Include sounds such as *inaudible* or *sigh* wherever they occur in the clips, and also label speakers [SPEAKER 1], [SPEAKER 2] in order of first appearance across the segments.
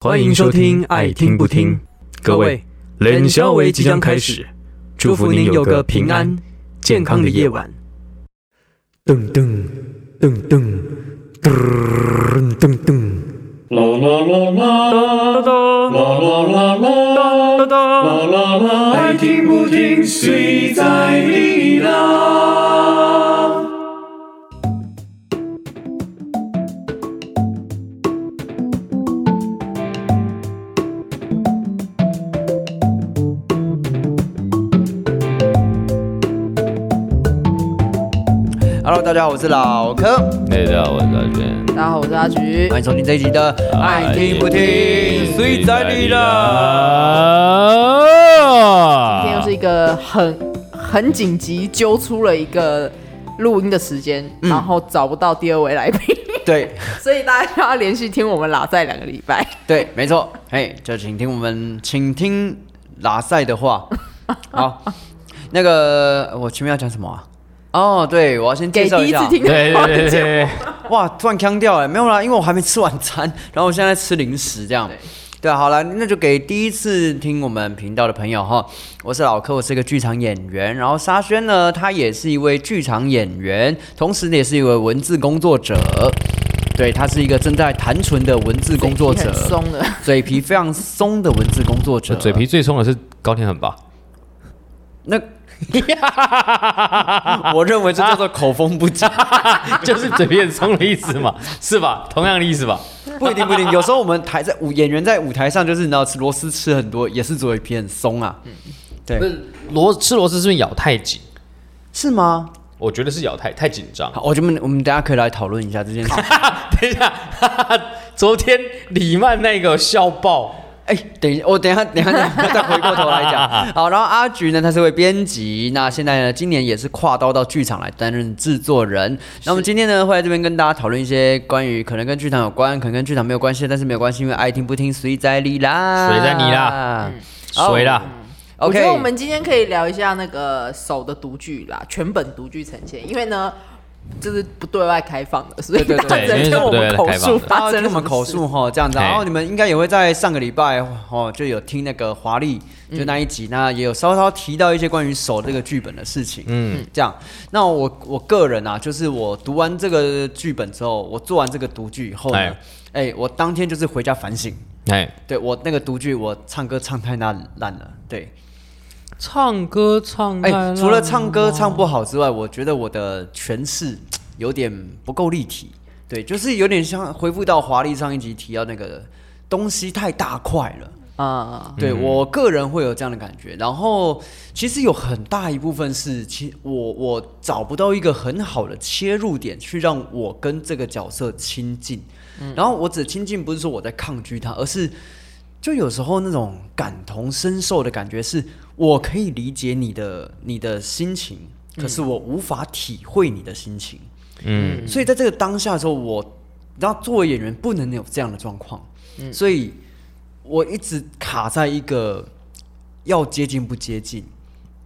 [SPEAKER 1] 欢迎收听《爱听不听》，各位，冷消维即将开始，祝福您有个平安健康的夜晚。
[SPEAKER 2] 噔噔噔噔噔噔噔，
[SPEAKER 3] 啦啦啦啦啦啦啦啦啦啦啦啦，爱听不听谁在你啦？
[SPEAKER 4] Hello，大家好，我是老柯，
[SPEAKER 5] 哎大家好，我是阿娟。
[SPEAKER 6] 大家好，我是阿菊
[SPEAKER 4] 欢。迎收听这一集的《爱听不听谁在你啦》。
[SPEAKER 5] 哎
[SPEAKER 6] 今天又是一个很很紧急揪出了一个录音的时间，
[SPEAKER 4] 嗯
[SPEAKER 6] 然后找不到第二位来宾， *laughs*
[SPEAKER 4] 对
[SPEAKER 6] 所以大家要连续听我们拉在两个礼拜。
[SPEAKER 4] 对，没错，嘿，就请听我们，请听拉塞的 *laughs* 话。好，那个我前面要讲什么啊？哦，对，我要先 *laughs* 介
[SPEAKER 6] 给
[SPEAKER 4] 绍
[SPEAKER 6] 第
[SPEAKER 4] 一
[SPEAKER 6] 一次
[SPEAKER 4] 下。
[SPEAKER 6] 听的
[SPEAKER 5] 对
[SPEAKER 6] 话
[SPEAKER 5] 对对
[SPEAKER 6] 讲
[SPEAKER 5] 对，
[SPEAKER 4] *laughs* 哇，突然腔掉了，没有啦，因为我还没吃晚餐，然后我现在在吃零食这样。对啊，好了，那就给第一次听我们频道的朋友哈，我是老柯，我是一个剧场演员，然后沙宣呢，他也是一位剧场演员，同时也是一位文字工作者，对他是一个正在弹唇的文字工
[SPEAKER 6] *laughs*
[SPEAKER 4] 作者
[SPEAKER 6] 很，松的，
[SPEAKER 4] *laughs* 嘴皮非常松的文字工作者，
[SPEAKER 5] 嘴皮最松的是高天恒吧？
[SPEAKER 4] 那。 *laughs* 我认为这叫做口风不紧，
[SPEAKER 5] *laughs* 就是嘴皮很松的意思嘛， *laughs* 是吧？同样的意思吧？
[SPEAKER 4] *laughs* 不一定不一定。有时候我们台在舞演员在舞台上，就是你知道吃螺丝吃很多，也是嘴皮很松啊。
[SPEAKER 5] 嗯不是螺吃螺丝是不是咬太紧？
[SPEAKER 4] 是吗？
[SPEAKER 5] 我觉得是咬太太紧张。
[SPEAKER 4] 好，我们我们等一下可以来讨论一下这件事。
[SPEAKER 5] 等一下，哈哈 *laughs* 昨天李曼那个笑爆，
[SPEAKER 4] *laughs* 哎、等一下，我等一下，等一下，等一下再回过头来
[SPEAKER 5] *laughs*
[SPEAKER 4] 讲。好，然后阿菊呢，她是位编辑，那现在呢，今年也是跨刀到剧场来担任制作人。那我们今天呢，会在这边跟大家讨论一些关于可能跟剧场有关，可能跟剧场没有关系，但是没有关系，因为爱听不听谁在你啦，嗯
[SPEAKER 5] 谁在你啦，谁啦？
[SPEAKER 6] 我觉
[SPEAKER 4] OK，
[SPEAKER 6] 得我们今天可以聊一下那个手的独剧啦，全本独剧呈现，因为呢，就是不对外开放的，所以
[SPEAKER 4] 对对对
[SPEAKER 6] 大家只能
[SPEAKER 5] 因为是
[SPEAKER 6] 听我
[SPEAKER 5] 不对
[SPEAKER 6] 们
[SPEAKER 5] 外
[SPEAKER 6] 口
[SPEAKER 5] 开放
[SPEAKER 6] 述
[SPEAKER 5] 的
[SPEAKER 6] 发生
[SPEAKER 4] 哦听我
[SPEAKER 6] 了什么
[SPEAKER 4] 们口
[SPEAKER 6] 事
[SPEAKER 4] 述哈这样子，哦
[SPEAKER 5] 嘿
[SPEAKER 4] 然后你们应该也会在上个礼拜哦就有听那个华丽
[SPEAKER 6] 嗯
[SPEAKER 4] 就那一集，那也有稍稍提到一些关于手这个剧本的事情，嗯，这样。那我我个人啊，就是我读完这个剧本之后，我做完这个读剧以后呢
[SPEAKER 5] 哎，
[SPEAKER 4] 哎，我当天就是回家反省，
[SPEAKER 5] 哎，
[SPEAKER 4] 对我那个读剧我唱歌唱太烂烂了，对，
[SPEAKER 5] 唱歌唱
[SPEAKER 4] 哎，除了唱歌唱不好之外，我觉得我的诠释有点不够立体。对，就是有点像回复到华丽上一集提到那个东西太大块了。
[SPEAKER 6] 啊，
[SPEAKER 4] 对、我个人会有这样的感觉。然后其实有很大一部分是，其实我我找不到一个很好的切入点去让我跟这个角色亲近。然后我只亲近不是说我在抗拒他，而是就有时候那种感同身受的感觉是，我可以理解你的你的心情，可是我无法体会你的心情。
[SPEAKER 5] 嗯，
[SPEAKER 4] 所以在这个当下的时候，我你知道作为演员不能有这样的状况，所以我一直卡在一个要接近不接近，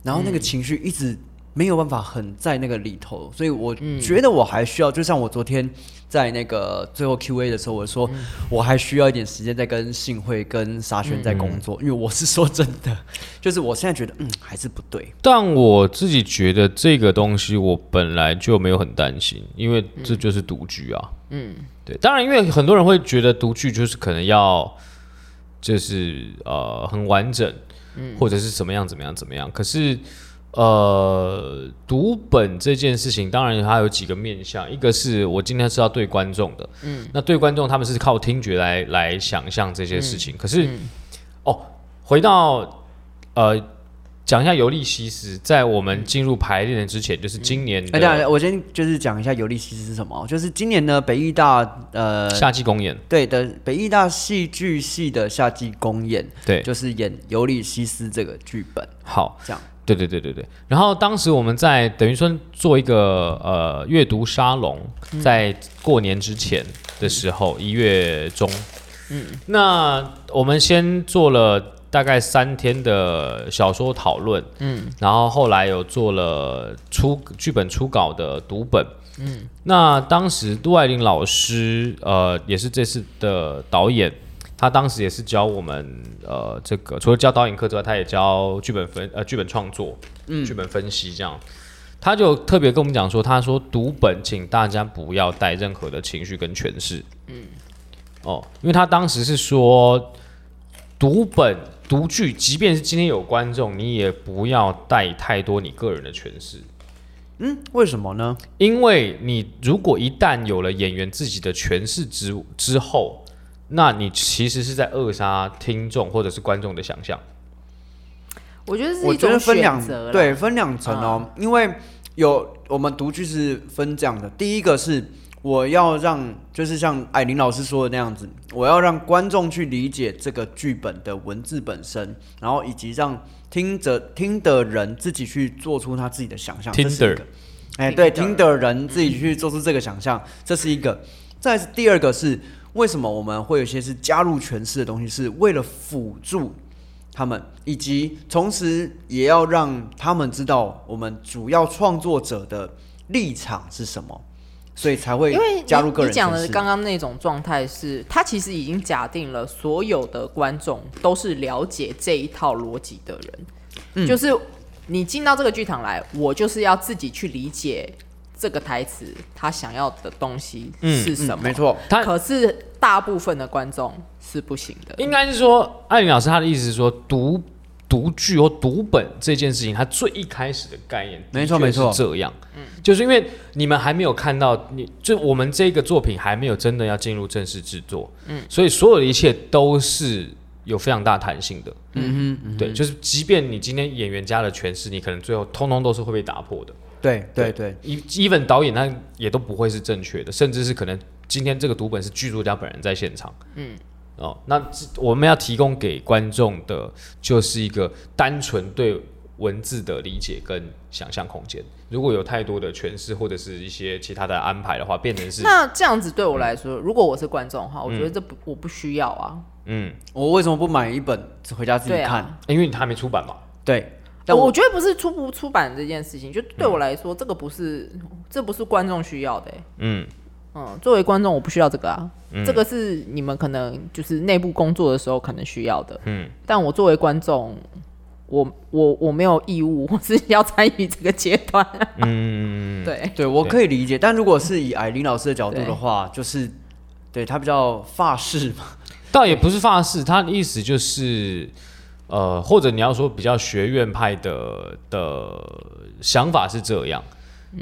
[SPEAKER 4] 然后那个情绪一直没有办法很在那个里头，所以我觉得我还需要，就像我昨天在那个最后 Q&A 的时候，我说我还需要一点时间在跟幸会跟沙宣在工作，因为我是说真的， *laughs* 就是我现在觉得嗯还是不对，
[SPEAKER 5] 但我自己觉得这个东西我本来就没有很担心，因为这就是独居啊。嗯，对。当然，因为很多人会觉得独居就是可能要就是呃很完整，
[SPEAKER 4] 嗯
[SPEAKER 5] 或者是怎么样怎么样怎么样。可是呃，读本这件事情，当然它有几个面向，一个是我今天是要对观众的，嗯，那对观众他们是靠听觉来来想象这些
[SPEAKER 4] 嗯
[SPEAKER 5] 事情。可是、哦，回到呃。讲一下尤利西斯，在我们进入排练之前，就是今年
[SPEAKER 4] 嗯哎，当然
[SPEAKER 5] 的
[SPEAKER 4] 我先就是讲一下尤利西斯是什么哦，就是今年呢北艺大呃
[SPEAKER 5] 夏季公演，
[SPEAKER 4] 对的，北艺大戏剧系的夏季公演，
[SPEAKER 5] 对，
[SPEAKER 4] 就是演《尤利西斯》这个剧本，
[SPEAKER 5] 好，
[SPEAKER 4] 这样
[SPEAKER 5] 对对对对对。然后当时我们在等于说做一个呃阅读沙龙，在过年之前的时候，一、月中，嗯，那我们先做了大概三天的小说讨论，嗯，然后后来有做了初剧本初稿的读本。嗯，那当时杜爱玲老师，呃，也是这次的导演，他当时也是教我们，呃，这个除了教导演课之外，他也教剧本分呃剧本创作，嗯，剧本分析这样。他就特别跟我们讲说，他说读本请大家不要带任何的情绪跟诠释，嗯，哦，因为他当时是说读本读剧，即便是今天有观众，你也不要带太多你个人的诠释，
[SPEAKER 4] 嗯，为什么呢？
[SPEAKER 5] 因为你如果一旦有了演员自己的诠释之之后，那你其实是在扼杀听众或者是观众的想象。
[SPEAKER 6] 我觉得是
[SPEAKER 4] 我
[SPEAKER 6] 一
[SPEAKER 4] 觉
[SPEAKER 6] 种
[SPEAKER 4] 得分
[SPEAKER 6] 选
[SPEAKER 4] 两
[SPEAKER 6] 择啦，嗯
[SPEAKER 4] 对分两层哦，因为有我们读剧是分这样的，第一个是我要让，就是像艾琳老师说的那样子，我要让观众去理解这个剧本的文字本身，然后以及让听着听的人自己去做出他自己的想象。啊这是一
[SPEAKER 5] Tinder
[SPEAKER 4] 个哎，对，
[SPEAKER 6] 听嗯
[SPEAKER 4] 听
[SPEAKER 6] 的
[SPEAKER 4] 的人自己去做出这个想象，这是一个。再来是第二个是为什么我们会有一些是加入诠释的东西，是为了辅助他们，以及同时也要让他们知道我们主要创作者的立场是什么，所以才会
[SPEAKER 6] 因为你
[SPEAKER 4] 加入个
[SPEAKER 6] 你
[SPEAKER 4] 人
[SPEAKER 6] 讲
[SPEAKER 4] 诠
[SPEAKER 6] 的
[SPEAKER 4] 释。
[SPEAKER 6] 刚刚那种状态是，他其实已经假定了所有的观众都是了解这一套逻辑的人，
[SPEAKER 4] 嗯
[SPEAKER 6] 就是你进到这个剧场来，我就是要自己去理解这个台词他想要的东西是什么。
[SPEAKER 4] 嗯没错，
[SPEAKER 5] 他
[SPEAKER 6] 可是大部分的观众是不行的。
[SPEAKER 5] 应该是说，艾琳老师她的意思是说，读读剧或读本这件事情，它最一开始的概念，
[SPEAKER 4] 没错
[SPEAKER 5] 的确
[SPEAKER 4] 没错
[SPEAKER 5] 是这样。嗯就是因为你们还没有看到，你就我们这个作品还没有真的要进入正式制作，嗯，所以所有的一切都是有非常大弹性的，嗯哼，对，就是即便你今天演员加了诠释，你可能最后通通都是会被打破的，
[SPEAKER 4] 对对对，
[SPEAKER 5] 一 even 导演他也都不会是正确的，甚至是可能今天这个读本是剧作家本人在现场，嗯，哦，那这我们要提供给观众的就是一个单纯对文字的理解跟想象空间。如果有太多的诠释或者是一些其他的安排的话，变成是
[SPEAKER 6] 那这样子对我来说，如果我是观众的话，我觉
[SPEAKER 4] 嗯
[SPEAKER 6] 得这不、我不需要啊。
[SPEAKER 5] 嗯，
[SPEAKER 4] 我为什么不买一本回家自己
[SPEAKER 6] 对啊
[SPEAKER 4] 看？
[SPEAKER 5] 因为你还没出版嘛，
[SPEAKER 4] 对，但
[SPEAKER 6] 我
[SPEAKER 4] 我
[SPEAKER 6] 觉得不是出不出版这件事情，就对我来说，这个不是这不是观众需要的欸、
[SPEAKER 5] 嗯，
[SPEAKER 6] 嗯，作为观众，我不需要这个啊，这个是你们可能就是内部工作的时候可能需要的，
[SPEAKER 5] 嗯，
[SPEAKER 6] 但我作为观众，我我我没有义务，我是要参与这个阶段，嗯， *laughs* 对，
[SPEAKER 4] 对我可以理解，但如果是以艾琳老师的角度的话，就是对他比较法式嘛，
[SPEAKER 5] 倒也不是发誓，他的意思就是，呃，或者你要说比较学院派的的想法是这样，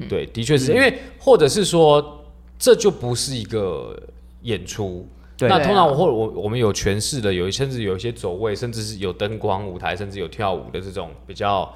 [SPEAKER 5] 对，的确是、因为，或者是说，这就不是一个演出。
[SPEAKER 4] 对
[SPEAKER 5] 那
[SPEAKER 6] 对啊
[SPEAKER 5] 通常我或我我们有诠释的，有一甚至有一些走位，甚至是有灯光舞台，甚至有跳舞的这种比较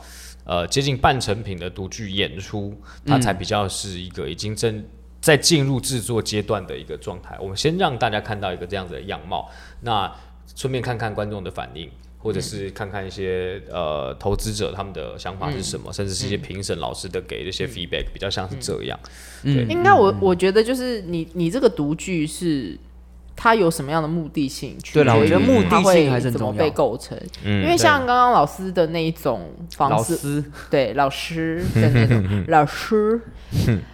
[SPEAKER 5] 呃接近半成品的独剧演出，它才比较是一个已经正在进入制作阶段的一个状态。我们先让大家看到一个这样子的样貌，那顺便看看观众的反应。或者是看看一些、呃投资者他们的想法是什么，甚至是一些评审老师的给的一些 feedback，、比较像是这样。
[SPEAKER 6] 应该我我觉得就是你你这个独剧是。它有什么样的目的性？
[SPEAKER 4] 对啦
[SPEAKER 6] 取
[SPEAKER 4] 我
[SPEAKER 6] 决
[SPEAKER 4] 觉得
[SPEAKER 6] 于
[SPEAKER 4] 目的
[SPEAKER 6] 它会
[SPEAKER 4] 性还是很
[SPEAKER 6] 怎么
[SPEAKER 4] 重要
[SPEAKER 6] 被构成。
[SPEAKER 5] 嗯
[SPEAKER 6] 因为像刚刚老师的那一种
[SPEAKER 4] 老
[SPEAKER 6] 方式，
[SPEAKER 4] 师
[SPEAKER 6] 对
[SPEAKER 5] *laughs*
[SPEAKER 6] 老师的那种老师，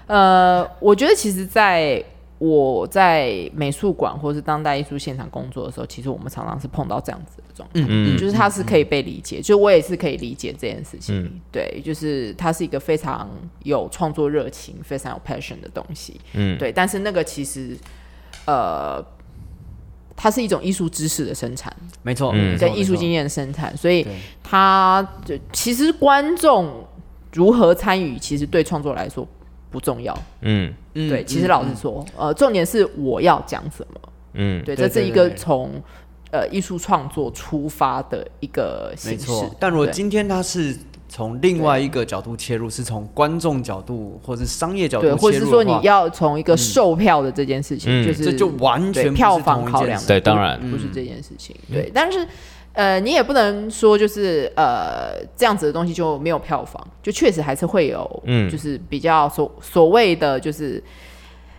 [SPEAKER 6] 呃，我觉得其实在我在美术馆或是当代艺术现场工作的时候，其实我们常常是碰到这样子的状态，
[SPEAKER 5] 嗯
[SPEAKER 6] 就是它是可以被理解，就我也是可以理解这件事情，
[SPEAKER 5] 嗯
[SPEAKER 6] 对，就是它是一个非常有创作热情、非常有 passion 的东西，
[SPEAKER 5] 嗯
[SPEAKER 6] 对，但是那个其实，呃，它是一种艺术知识的生产，
[SPEAKER 4] 没错，
[SPEAKER 5] 嗯
[SPEAKER 4] 没错
[SPEAKER 6] 跟艺术
[SPEAKER 4] 没错
[SPEAKER 6] 经验的生产，所以
[SPEAKER 4] 对
[SPEAKER 6] 他就其实观众如何参与，其实对创作来说不重要。
[SPEAKER 5] 嗯
[SPEAKER 4] 嗯
[SPEAKER 6] 对，其实
[SPEAKER 4] 嗯
[SPEAKER 6] 老实说，呃，重点是我要讲什么。
[SPEAKER 5] 嗯
[SPEAKER 6] 对，
[SPEAKER 4] 对
[SPEAKER 6] 这是一
[SPEAKER 4] 对
[SPEAKER 6] 个
[SPEAKER 4] 对
[SPEAKER 6] 从呃艺术创作出发的一个
[SPEAKER 4] 嗯没
[SPEAKER 6] 形式
[SPEAKER 4] 错。。但如果
[SPEAKER 6] 对
[SPEAKER 4] 今天他是从另外一个角度切入，是从观众角度或是商业角度
[SPEAKER 6] 对，
[SPEAKER 4] 切入
[SPEAKER 6] 或者是说
[SPEAKER 4] 的
[SPEAKER 6] 你
[SPEAKER 4] 话嗯
[SPEAKER 6] 要从一个售票的这件事情，
[SPEAKER 5] 嗯
[SPEAKER 6] 就是
[SPEAKER 4] 这就完
[SPEAKER 6] 对
[SPEAKER 4] 全不是
[SPEAKER 6] 票房
[SPEAKER 4] 同一
[SPEAKER 6] 考
[SPEAKER 4] 件
[SPEAKER 6] 量，
[SPEAKER 4] 事
[SPEAKER 5] 对当然
[SPEAKER 4] 嗯
[SPEAKER 6] 不不是这件事情，对，但是。呃，你也不能说就是呃这样子的东西就没有票房，就确实还是会有，
[SPEAKER 5] 嗯
[SPEAKER 6] 就是比较所所谓的就是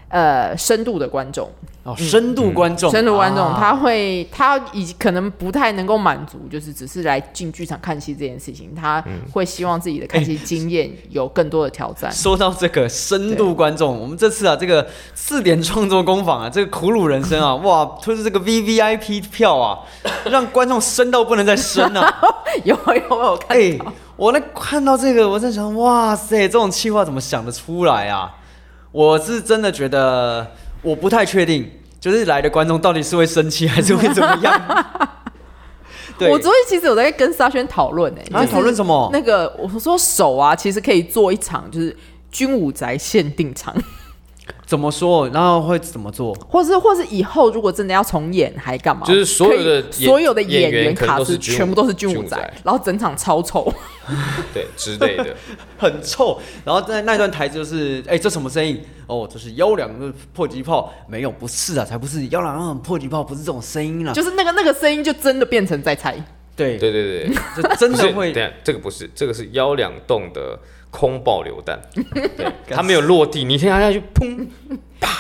[SPEAKER 6] 呃深度的观众，
[SPEAKER 4] 哦，深度观众，
[SPEAKER 6] 嗯深度观众
[SPEAKER 4] 啊
[SPEAKER 6] 他会他已可能不太能够满足，就是只是来进剧场看戏这件事情，他
[SPEAKER 4] 嗯
[SPEAKER 6] 会希望自己的看
[SPEAKER 4] 哎
[SPEAKER 6] 戏经验有更多的挑
[SPEAKER 4] *laughs*
[SPEAKER 6] 战。 *laughs*
[SPEAKER 4] 说到这个深度观众，我们这次啊，这个四点创作工坊啊，这个苦鲁人生啊，哇，推出这个 V V I P 票啊，让观众深到不能再深啊！
[SPEAKER 6] 有有我有看
[SPEAKER 4] 哎、我那看到这个，我在想，哇塞，这种企划怎么想得出来啊？我是真的觉得，我不太确定，就是来的观众到底是会生气还是会怎么样？对，
[SPEAKER 6] 我昨天其实有在跟沙宣讨论诶，
[SPEAKER 4] 啊
[SPEAKER 6] 就是
[SPEAKER 4] 讨论什么
[SPEAKER 6] 那个我说手啊，其实可以做一场就是军武宅限定
[SPEAKER 5] *laughs*
[SPEAKER 6] 场，
[SPEAKER 4] 怎么说，然后会怎么做？
[SPEAKER 6] 或是或是以后如果真的要重演还干嘛，
[SPEAKER 5] 就是所有的
[SPEAKER 6] 可以
[SPEAKER 5] 演
[SPEAKER 6] 所有的演
[SPEAKER 5] 演员可能
[SPEAKER 6] 卡
[SPEAKER 5] 都是
[SPEAKER 6] 司
[SPEAKER 5] 军武
[SPEAKER 6] 全部都是军武
[SPEAKER 5] 军武
[SPEAKER 6] 宅
[SPEAKER 5] 宅，
[SPEAKER 6] 然后整场超
[SPEAKER 5] *laughs*
[SPEAKER 6] 丑，
[SPEAKER 5] 对之类的，
[SPEAKER 4] 很臭。然后在那段台词就是，哎、这什么声音？哦，这是妖两的迫击炮，没有，不是啊，才不是，妖两迫击炮不是这种声音啦。啊
[SPEAKER 6] 就是那个那个声音就真的变成在猜，
[SPEAKER 4] 对，
[SPEAKER 5] 对对对，
[SPEAKER 4] 就真
[SPEAKER 5] 不
[SPEAKER 4] 的
[SPEAKER 5] 是，
[SPEAKER 4] 会
[SPEAKER 5] 等一下这个不是，这个是幺两栋的空爆榴弹，对，它没有落地，你听它下去，砰，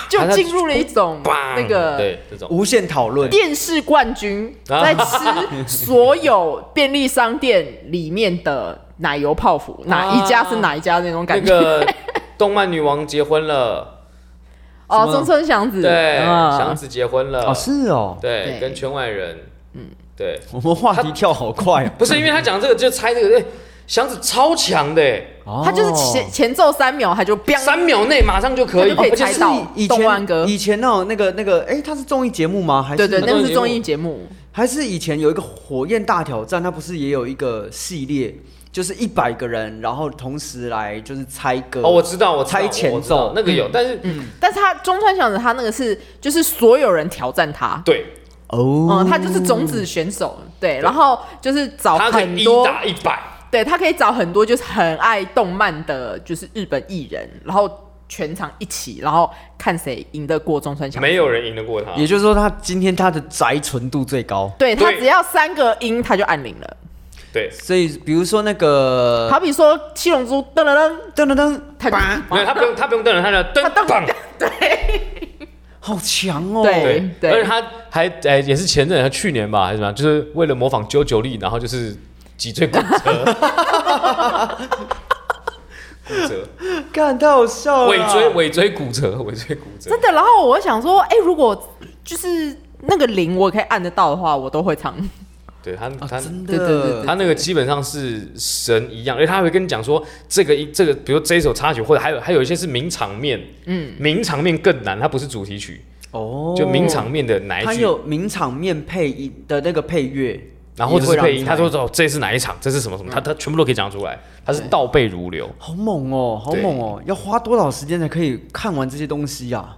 [SPEAKER 6] 就
[SPEAKER 5] 他在
[SPEAKER 6] 进入了一种
[SPEAKER 5] 啊砰，
[SPEAKER 6] 那个
[SPEAKER 5] 对这种，
[SPEAKER 4] 无限讨
[SPEAKER 6] *laughs*
[SPEAKER 4] 论。
[SPEAKER 6] 电视冠军
[SPEAKER 5] 啊
[SPEAKER 6] 在吃所有便利商店里面的奶油
[SPEAKER 5] *laughs*
[SPEAKER 6] 泡芙，哪一家是哪一家那种
[SPEAKER 5] 那
[SPEAKER 6] 感觉。
[SPEAKER 5] 个动漫女王结婚了，
[SPEAKER 6] 哦，
[SPEAKER 4] 什么
[SPEAKER 6] 中村祥子，
[SPEAKER 5] 对，
[SPEAKER 6] 嗯
[SPEAKER 5] 祥子结婚了
[SPEAKER 4] 哦，，是哦，
[SPEAKER 5] 对
[SPEAKER 6] 对，
[SPEAKER 5] 跟圈外人，嗯，对，
[SPEAKER 4] 我们话题跳好快啊。
[SPEAKER 5] 不是因为他讲这个就猜这个，哎，祥子超强的，哎
[SPEAKER 4] 哦
[SPEAKER 6] 他就是前前奏三秒，他就 biang，
[SPEAKER 5] 三秒内马上就可以，哦
[SPEAKER 6] 他就可以
[SPEAKER 5] 而且
[SPEAKER 6] 猜
[SPEAKER 5] 是
[SPEAKER 6] 到
[SPEAKER 4] 以
[SPEAKER 6] 动漫歌
[SPEAKER 4] 前以前那种那个那个，哎、他是综艺节目吗？还是
[SPEAKER 6] 对对，那
[SPEAKER 5] 综艺
[SPEAKER 6] 个是
[SPEAKER 5] 节目
[SPEAKER 6] 综艺节目，
[SPEAKER 4] 还是以前有一个火焰大挑战，它不是也有一个系列，就是一百个人，然后同时来就是猜歌。
[SPEAKER 5] 哦，我知道，我知道
[SPEAKER 4] 猜前
[SPEAKER 5] 我知道
[SPEAKER 4] 奏
[SPEAKER 5] 那个有，但是
[SPEAKER 6] 但是他中川祥子他那个是就是所有人挑战他，
[SPEAKER 5] 对，
[SPEAKER 4] 哦，
[SPEAKER 6] 嗯，他就是种子选手，对，然后就是找
[SPEAKER 5] 他可
[SPEAKER 6] 哦很
[SPEAKER 5] 以一
[SPEAKER 6] 多，
[SPEAKER 5] 打一百，
[SPEAKER 6] 对他可以找很多就是很爱动漫的，就是日本艺人，然后全场一起，然后看谁赢得过中川祥子，
[SPEAKER 5] 没有人赢得过他，
[SPEAKER 4] 也就是说，他今天他的宅纯度最高。
[SPEAKER 6] 对他
[SPEAKER 5] 对
[SPEAKER 6] 只要三个音他就按铃了，
[SPEAKER 5] 对，
[SPEAKER 4] 所以，比如说那
[SPEAKER 5] 呃
[SPEAKER 4] 个
[SPEAKER 6] 好比说七龙珠噔噔噔，
[SPEAKER 4] 噔噔噔，
[SPEAKER 6] 他就
[SPEAKER 5] 没有他不用他不用瞪人，他的
[SPEAKER 6] 他
[SPEAKER 5] 灯
[SPEAKER 6] 瞪
[SPEAKER 5] 棒。
[SPEAKER 4] 好强哦！
[SPEAKER 6] 对
[SPEAKER 5] 对，而且他还哎、也是前阵子，去年吧还是什么，就是为了模仿啾啾力，然后就是脊椎骨折，骨折，
[SPEAKER 4] 干太好笑了。
[SPEAKER 5] 尾椎，尾椎骨折， *laughs* 尾椎骨折
[SPEAKER 6] 真，的。然后我想说，哎、如果就是那个铃我可以按得到的话，我都会唱。
[SPEAKER 5] 对他他。
[SPEAKER 4] 真
[SPEAKER 6] 对对对
[SPEAKER 4] 的，
[SPEAKER 5] 他那个基本上是神一样，而且他还会跟你讲说，这个一这个，比如这一首插曲，或者还有还有一些是名场面，嗯，名场面更难，它不是主题曲，
[SPEAKER 4] 哦
[SPEAKER 5] 就名场面的哪一
[SPEAKER 4] 他
[SPEAKER 5] 句，
[SPEAKER 4] 有名场面配音的那个配乐，
[SPEAKER 5] 然后或者是配音，
[SPEAKER 4] 也会让你
[SPEAKER 5] 他
[SPEAKER 4] 猜
[SPEAKER 5] 说哦，这是哪一场，这是什么什么，他他全部都可以讲出来，他是倒背如流。
[SPEAKER 4] 好猛哦，好
[SPEAKER 5] 对
[SPEAKER 4] 猛哦，要花多少时间才可以看完这些东西啊？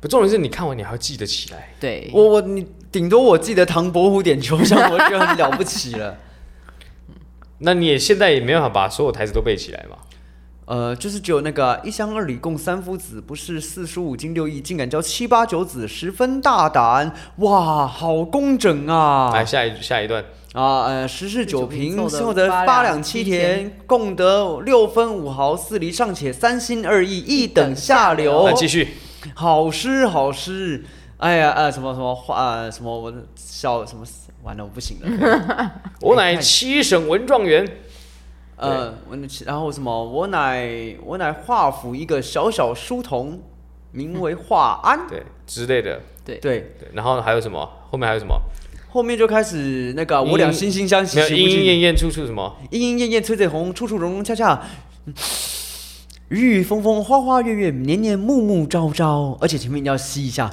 [SPEAKER 5] 不，重点是你看完你还要记得起来。
[SPEAKER 6] 对，
[SPEAKER 4] 我我你顶多我记得唐伯虎点秋香，我就很了不起了。 *laughs*
[SPEAKER 5] 那你也现在也没办法把所有台词都背起来嘛？
[SPEAKER 4] 呃，就是只有那个一乡二里共三夫子，不是四书五经六艺，竟敢教七八九子，十分大胆，哇，好工整啊！
[SPEAKER 5] 来下一下一段，
[SPEAKER 4] 啊，呃，十室九平，
[SPEAKER 6] 十室九平
[SPEAKER 4] 凑得
[SPEAKER 6] 凑得
[SPEAKER 4] 八
[SPEAKER 6] 八
[SPEAKER 4] 两
[SPEAKER 6] 两
[SPEAKER 4] 七
[SPEAKER 6] 七
[SPEAKER 4] 田，共得六分五毫四厘，尚且三心二意，一等下流
[SPEAKER 5] 来。继续。
[SPEAKER 4] 好诗，好诗。哎呀，呃，什么什么花，呃，什么我的小什么，完了，我不行了。
[SPEAKER 5] *laughs* 我乃七省文状元，
[SPEAKER 4] 呃，我那然后什么，我乃我乃画府一个小小书童，名为画安。
[SPEAKER 5] 对之类的。
[SPEAKER 4] 对，
[SPEAKER 5] 对，然后还有什么？后面还有什么？
[SPEAKER 4] 后面就开始那个，
[SPEAKER 5] 莺
[SPEAKER 4] 我俩惺惺相惜
[SPEAKER 5] 没有，
[SPEAKER 4] 情
[SPEAKER 5] 莺
[SPEAKER 4] 不
[SPEAKER 5] 莺
[SPEAKER 4] 尽
[SPEAKER 5] 燕燕处处什
[SPEAKER 4] *laughs*
[SPEAKER 5] 么？
[SPEAKER 4] 莺莺燕燕，翠翠红，处处融融洽洽。雨雨风风，花花月月，年年暮暮朝朝，而且前面一定要吸
[SPEAKER 5] *laughs*
[SPEAKER 4] 一下。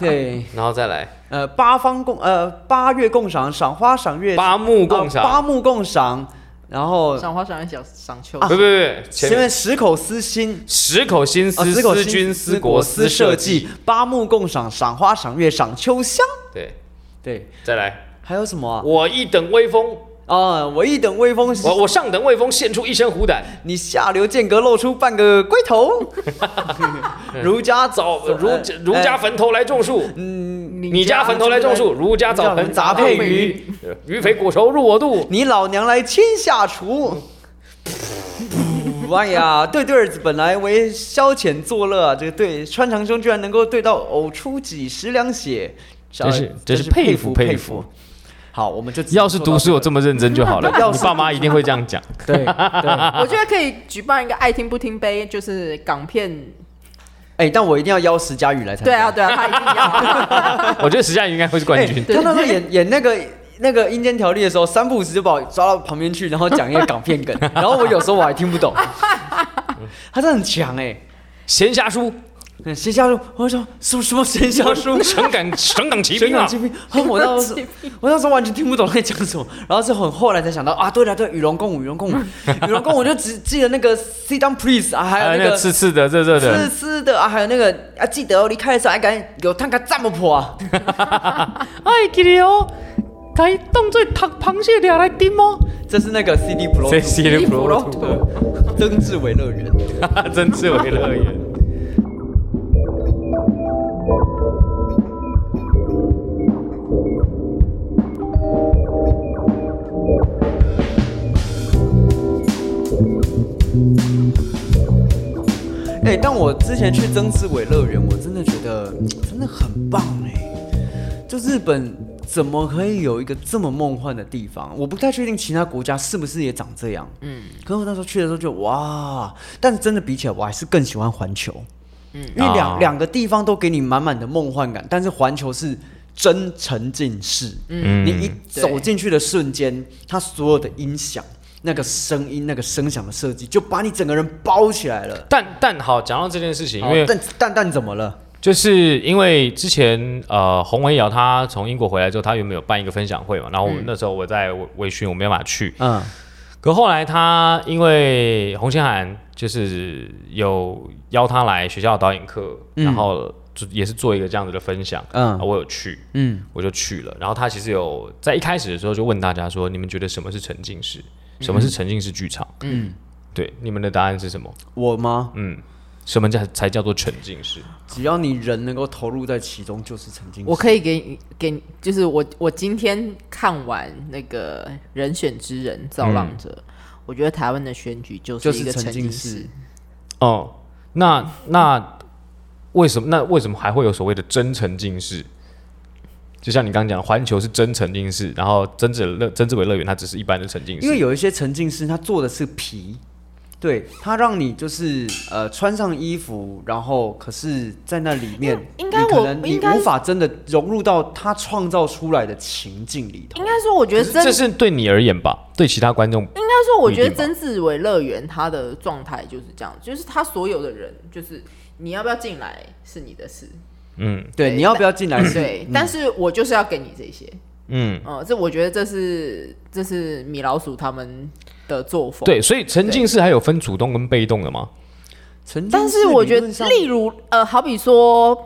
[SPEAKER 4] 对，
[SPEAKER 5] 然后再来
[SPEAKER 4] 呃，八方共呃八月共赏，赏花赏月，
[SPEAKER 5] 八目共
[SPEAKER 4] 呃八
[SPEAKER 5] 赏，
[SPEAKER 4] 目共赏。然后
[SPEAKER 6] 赏花赏月小赏秋
[SPEAKER 5] 不不不，不前
[SPEAKER 4] 啊前
[SPEAKER 5] 面
[SPEAKER 4] 面十口思心，
[SPEAKER 5] 十口心
[SPEAKER 4] 啊，
[SPEAKER 5] 思，
[SPEAKER 4] 十口
[SPEAKER 5] 思
[SPEAKER 4] 心
[SPEAKER 5] 君思国思社稷。，
[SPEAKER 4] 八目共赏，赏花赏月赏秋香。
[SPEAKER 5] 对，
[SPEAKER 4] 对，
[SPEAKER 5] 再来，
[SPEAKER 4] 还有什么啊？
[SPEAKER 5] 我一等威风，
[SPEAKER 4] 啊，我一等微风，
[SPEAKER 5] 我我上等威风，现出一身虎胆。
[SPEAKER 4] 你下流间隔露出半个龟
[SPEAKER 5] *laughs*
[SPEAKER 4] 头。 *laughs* 儒家早哎
[SPEAKER 5] 如儒家坟头来种树，你家坟头来种树，儒家澡盆杂配鱼，鱼肥果熟入我肚。
[SPEAKER 4] 你老娘来亲下厨。 *laughs* 哎呀，对对儿子本来为消遣作乐啊，这个对穿长兄居然能够对到呕出几十两血，
[SPEAKER 5] 真是真
[SPEAKER 4] 真
[SPEAKER 5] 是佩
[SPEAKER 4] 佩
[SPEAKER 5] 服佩
[SPEAKER 4] 佩
[SPEAKER 5] 服。
[SPEAKER 4] 好，我们就
[SPEAKER 5] *laughs* 要是读书有这
[SPEAKER 4] 么
[SPEAKER 5] 么认真就 *laughs* 好了，
[SPEAKER 4] 要
[SPEAKER 5] 你
[SPEAKER 4] 是
[SPEAKER 5] 爸妈一定会这样 *laughs* 讲。
[SPEAKER 4] 对对，
[SPEAKER 6] 我觉得可以举办一个爱听不听杯，就是港片。
[SPEAKER 4] 哎，但我一定要邀石佳宇来参加。
[SPEAKER 6] 对啊，哎对啊，他一定要。
[SPEAKER 5] 我觉得石佳宇应该会是冠军。
[SPEAKER 4] 他那时候演 *laughs* 演那个那个《阴间条例》的时候，三不五时就把我抓到旁边去，然后讲一个港
[SPEAKER 5] *laughs*
[SPEAKER 4] 片梗，然后我有时候我还听不懂。他真的很强
[SPEAKER 5] *laughs*
[SPEAKER 4] 哎、
[SPEAKER 5] 闲暇书，，
[SPEAKER 4] 欸，仙侠书，我就说什么什么仙侠
[SPEAKER 5] *laughs*
[SPEAKER 4] 书
[SPEAKER 5] 省港 *laughs* 省港骑
[SPEAKER 4] 神
[SPEAKER 5] 兵啊
[SPEAKER 4] 港！奇兵，啊 *laughs* 我那时候 *laughs* 我那时候完全听不懂在讲什么，然后是很后来才想到啊，对了对，与龙共舞，与龙共舞，与龙共舞，我就只记得那个 sit down please 啊，还
[SPEAKER 5] 还有
[SPEAKER 4] 有
[SPEAKER 5] 哎那个
[SPEAKER 4] 那个
[SPEAKER 5] 刺刺的、热热
[SPEAKER 4] 是
[SPEAKER 5] 的，
[SPEAKER 4] 是的啊，还有那个啊，记得哦，离开的时候还敢有探个这么破啊， *laughs*
[SPEAKER 7] 哎，记得哦，甲伊当做读螃蟹掠来炖哦。
[SPEAKER 4] 这是那个 CD Pro
[SPEAKER 5] 这是
[SPEAKER 6] 一
[SPEAKER 5] C
[SPEAKER 6] 普
[SPEAKER 5] Pro
[SPEAKER 6] 罗图，
[SPEAKER 4] 曾志伟乐园。
[SPEAKER 5] *laughs* 真是为乐园。
[SPEAKER 4] 哎、但我之前去曾志伟乐园，我真的觉得真的很棒哎、就日本怎么可以有一个这么梦幻的地方？我不太确定其他国家是不是也长这样。嗯，可是我那时候去的时候就哇，但是真的比起来，我还是更喜欢环球。嗯，因为两
[SPEAKER 5] 啊
[SPEAKER 4] 两、个地方都给你满满的梦幻感，但是环球是真沉浸式。嗯，你一走进去的瞬间，它所有的音响、那个声音、那个声响的设计，就把你整个人包起来了。
[SPEAKER 5] *laughs* 但但好，讲到这件事情，因
[SPEAKER 4] 好
[SPEAKER 5] 为
[SPEAKER 4] 蛋蛋蛋怎么了？
[SPEAKER 5] 就是因为之前呃，洪维尧他从英国回来之后，他原本有办一个分享会嘛，然后我们那时候我在微微醺，我没办法去。
[SPEAKER 4] 嗯，
[SPEAKER 5] 可后来他因为洪千涵就是有邀他来学校导演课，然后就也是做一个这样子的分享，
[SPEAKER 4] 嗯
[SPEAKER 5] 嗯，我有去，
[SPEAKER 4] 嗯
[SPEAKER 5] 嗯，我就去了。然后他其实有在一开始的时候就问大家说，你们觉得什么是沉浸式？什么是沉浸式剧场？嗯，对，你们的答案是什么？
[SPEAKER 4] 我吗？
[SPEAKER 5] 嗯，什么叫才叫做沉浸式？
[SPEAKER 4] 只要你人能够投入在其中，就是曾经。
[SPEAKER 6] 我可以给你给你，就是我我今天看完那个《人选之人》造浪者，我觉得台湾的选举就
[SPEAKER 4] 就是
[SPEAKER 6] 一
[SPEAKER 4] 是
[SPEAKER 6] 个
[SPEAKER 4] 沉
[SPEAKER 6] 沉
[SPEAKER 4] 浸
[SPEAKER 6] 浸
[SPEAKER 4] 式
[SPEAKER 6] 式。
[SPEAKER 5] 哦，那那为什么那为什么还会有所谓的真沉浸式？就像你刚刚讲的，环球是真沉浸式，然后真子乐真子伟乐园它只是一般的沉浸式，
[SPEAKER 4] 因为有一些沉浸式，它做的是皮，对，它让你就是呃穿上衣服，然后可是在那里面，
[SPEAKER 6] 应应该
[SPEAKER 4] 你可
[SPEAKER 6] 我
[SPEAKER 4] 能你
[SPEAKER 6] 应该
[SPEAKER 4] 无法真的融入到他创造出来的情境里头
[SPEAKER 6] 应。该说，我觉得真，
[SPEAKER 5] 这
[SPEAKER 6] 应
[SPEAKER 5] 是对你而言吧，对其他观众
[SPEAKER 6] 该说，我觉
[SPEAKER 5] 不
[SPEAKER 6] 得
[SPEAKER 5] 一定
[SPEAKER 6] 曾志伟乐园他的状态就是这样，就是他所有的人，就是你要不要进来是你的事，
[SPEAKER 5] 嗯
[SPEAKER 4] 对，
[SPEAKER 6] 对
[SPEAKER 4] 你要不要进来是？嗯
[SPEAKER 6] 对，但是我就是要给你这些，
[SPEAKER 5] 嗯
[SPEAKER 6] 嗯，这我觉得这是这是米老鼠他们的作风。
[SPEAKER 5] 对，所以沉浸式还有分主动跟被动的吗？
[SPEAKER 4] 沉浸
[SPEAKER 6] 但
[SPEAKER 4] 式
[SPEAKER 6] 是我觉
[SPEAKER 4] 理
[SPEAKER 6] 得
[SPEAKER 4] 论上，
[SPEAKER 6] 例如呃，好比说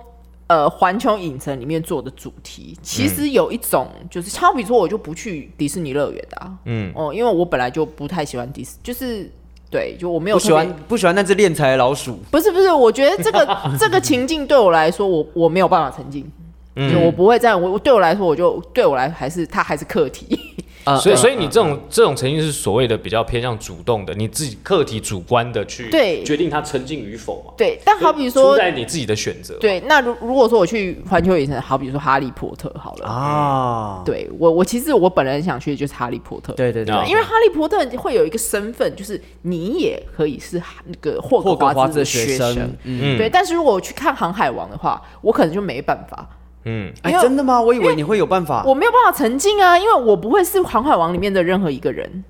[SPEAKER 6] 呃，环球影城里面做的主题，其实有一种、就是，好比说我就不去迪士尼乐园的、啊，
[SPEAKER 5] 嗯
[SPEAKER 6] 嗯，哦、因为我本来就不太喜欢迪士，就是对，就我没有
[SPEAKER 4] 不
[SPEAKER 6] 特
[SPEAKER 4] 喜
[SPEAKER 6] 别
[SPEAKER 4] 欢。不喜欢那只练财的老鼠。
[SPEAKER 6] 不是不是，我觉得这
[SPEAKER 4] *laughs*
[SPEAKER 6] 个这个情境对我来说，我我没有办法沉浸，
[SPEAKER 4] 嗯
[SPEAKER 6] 就我不会这样。我对我来说，我就对我来还是它还是课题。
[SPEAKER 4] 啊
[SPEAKER 6] 呃
[SPEAKER 5] 所以，所以
[SPEAKER 4] 嗯
[SPEAKER 5] 你这种这种沉浸是所谓的比较偏向主动的，你自己客体主观的去
[SPEAKER 6] 对
[SPEAKER 5] 决定它沉浸与否嘛。
[SPEAKER 6] *laughs* 对，但好比说
[SPEAKER 5] 出，在你自己的选择。
[SPEAKER 6] 对，那如如果说我去环球影城，好比说哈利波特好
[SPEAKER 5] 嗯
[SPEAKER 6] 了，
[SPEAKER 4] 啊，
[SPEAKER 6] 对我我其实我本人想去的就是哈利波特，
[SPEAKER 4] 对对
[SPEAKER 5] 啊
[SPEAKER 4] 对，
[SPEAKER 6] 因为哈利波特会有一个身份，就是你也可以是哈那个霍
[SPEAKER 4] 霍格
[SPEAKER 6] 格
[SPEAKER 4] 华
[SPEAKER 6] 华
[SPEAKER 4] 兹
[SPEAKER 6] 兹的
[SPEAKER 4] 的
[SPEAKER 6] 学
[SPEAKER 4] 学
[SPEAKER 6] 生
[SPEAKER 4] 生，，嗯，
[SPEAKER 5] 嗯
[SPEAKER 6] 对。但是如果我去看《航海王》的话，我可能就没办法，
[SPEAKER 5] 嗯，
[SPEAKER 4] 哎，
[SPEAKER 6] 因为
[SPEAKER 4] 真的吗？我以为你会有办法。
[SPEAKER 6] 我没有办法沉浸啊，因为我不会是《航海王》里面的任何一个人。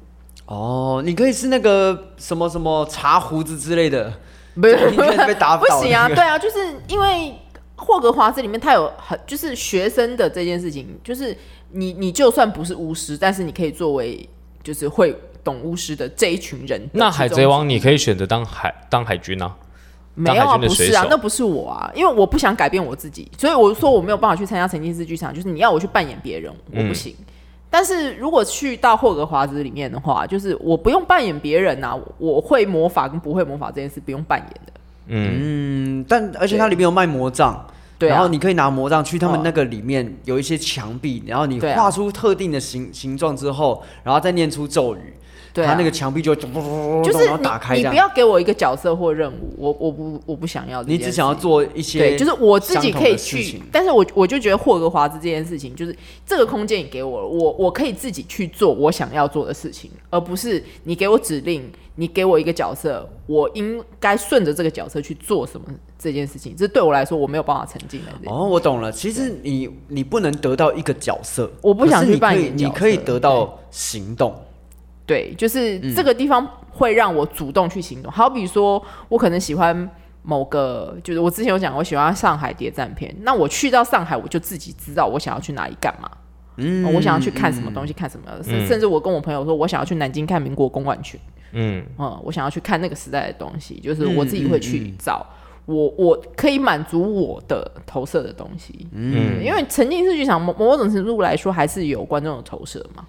[SPEAKER 4] 哦，你可以是那个什么什么茶胡子之类的，
[SPEAKER 6] 不
[SPEAKER 4] 就你开始被打倒
[SPEAKER 6] 不行啊，
[SPEAKER 4] 那个
[SPEAKER 6] 对啊，就是因为霍格华兹里面它有很就是学生的这件事情，就是你你就算不是巫师，但是你可以作为就是会懂巫师的这一群人的其中之一。
[SPEAKER 5] 那海贼王你可以选择当海当海军啊，
[SPEAKER 6] 没有
[SPEAKER 5] 当
[SPEAKER 6] 啊，
[SPEAKER 5] 海军的
[SPEAKER 6] 不
[SPEAKER 5] 水
[SPEAKER 6] 是啊
[SPEAKER 5] 手，
[SPEAKER 6] 那不是我啊，因为我不想改变我自己，所以我说我没有办法去参加沉浸式剧场，就是你要我去扮演别人，我不行。
[SPEAKER 5] 嗯
[SPEAKER 6] 但是如果去到霍格华兹里面的话，就是我不用扮演别人啊，我我会魔法跟不会魔法这件事不用扮演的。
[SPEAKER 5] 嗯，
[SPEAKER 4] 嗯，但而且它里面有卖魔杖，
[SPEAKER 6] 对啊
[SPEAKER 4] 然后你可以拿魔杖去他们
[SPEAKER 6] 嗯
[SPEAKER 4] 那个里面有一些墙壁，然后你
[SPEAKER 6] 对啊
[SPEAKER 4] 画出特定的形形状之后，然后再念出咒语，
[SPEAKER 6] 对啊
[SPEAKER 4] 它那个墙壁就就
[SPEAKER 6] 就是
[SPEAKER 4] 然后打开
[SPEAKER 6] 你
[SPEAKER 4] 这
[SPEAKER 6] 你
[SPEAKER 4] 样
[SPEAKER 6] 不。要给我一个角色或任务，我我不我不想要这
[SPEAKER 4] 你
[SPEAKER 6] 件事情，
[SPEAKER 4] 只想要做一些
[SPEAKER 6] 对，就是我自己可
[SPEAKER 4] 相
[SPEAKER 6] 以
[SPEAKER 4] 同的事
[SPEAKER 6] 去
[SPEAKER 4] 情，
[SPEAKER 6] 但是我我就觉得霍格华兹这件事情，就是这个空间你给我了，我我可以自己去做我想要做的事情，而不是你给我指令，你给我一个角色，我应该顺着这个角色去做什么这件事情，这对我来说我没有办法沉浸在这里。
[SPEAKER 4] 哦，我懂了。其实你你不能得到一个角色，
[SPEAKER 6] 我不想
[SPEAKER 4] 可是
[SPEAKER 6] 去扮演
[SPEAKER 4] 你
[SPEAKER 6] 角色
[SPEAKER 4] 可以，你可以得到行动。
[SPEAKER 6] 对，就是这个地方会让我主动去行动。好比说，我可能喜欢某个，就是我之前有讲，我喜欢上海谍战片。那我去到上海，我就自己知道我想要去哪里干嘛。嗯、我想要去看什么东西，看什么，甚、甚至我跟我朋友说，我想要去南京看民国公馆群，
[SPEAKER 5] 嗯，
[SPEAKER 6] 嗯，我想要去看那个时代的东西，就是我自己会去找。我我可以满足我的投射的东西，嗯，因为沉浸式剧场某某种程度来说还是有观众的投射嘛，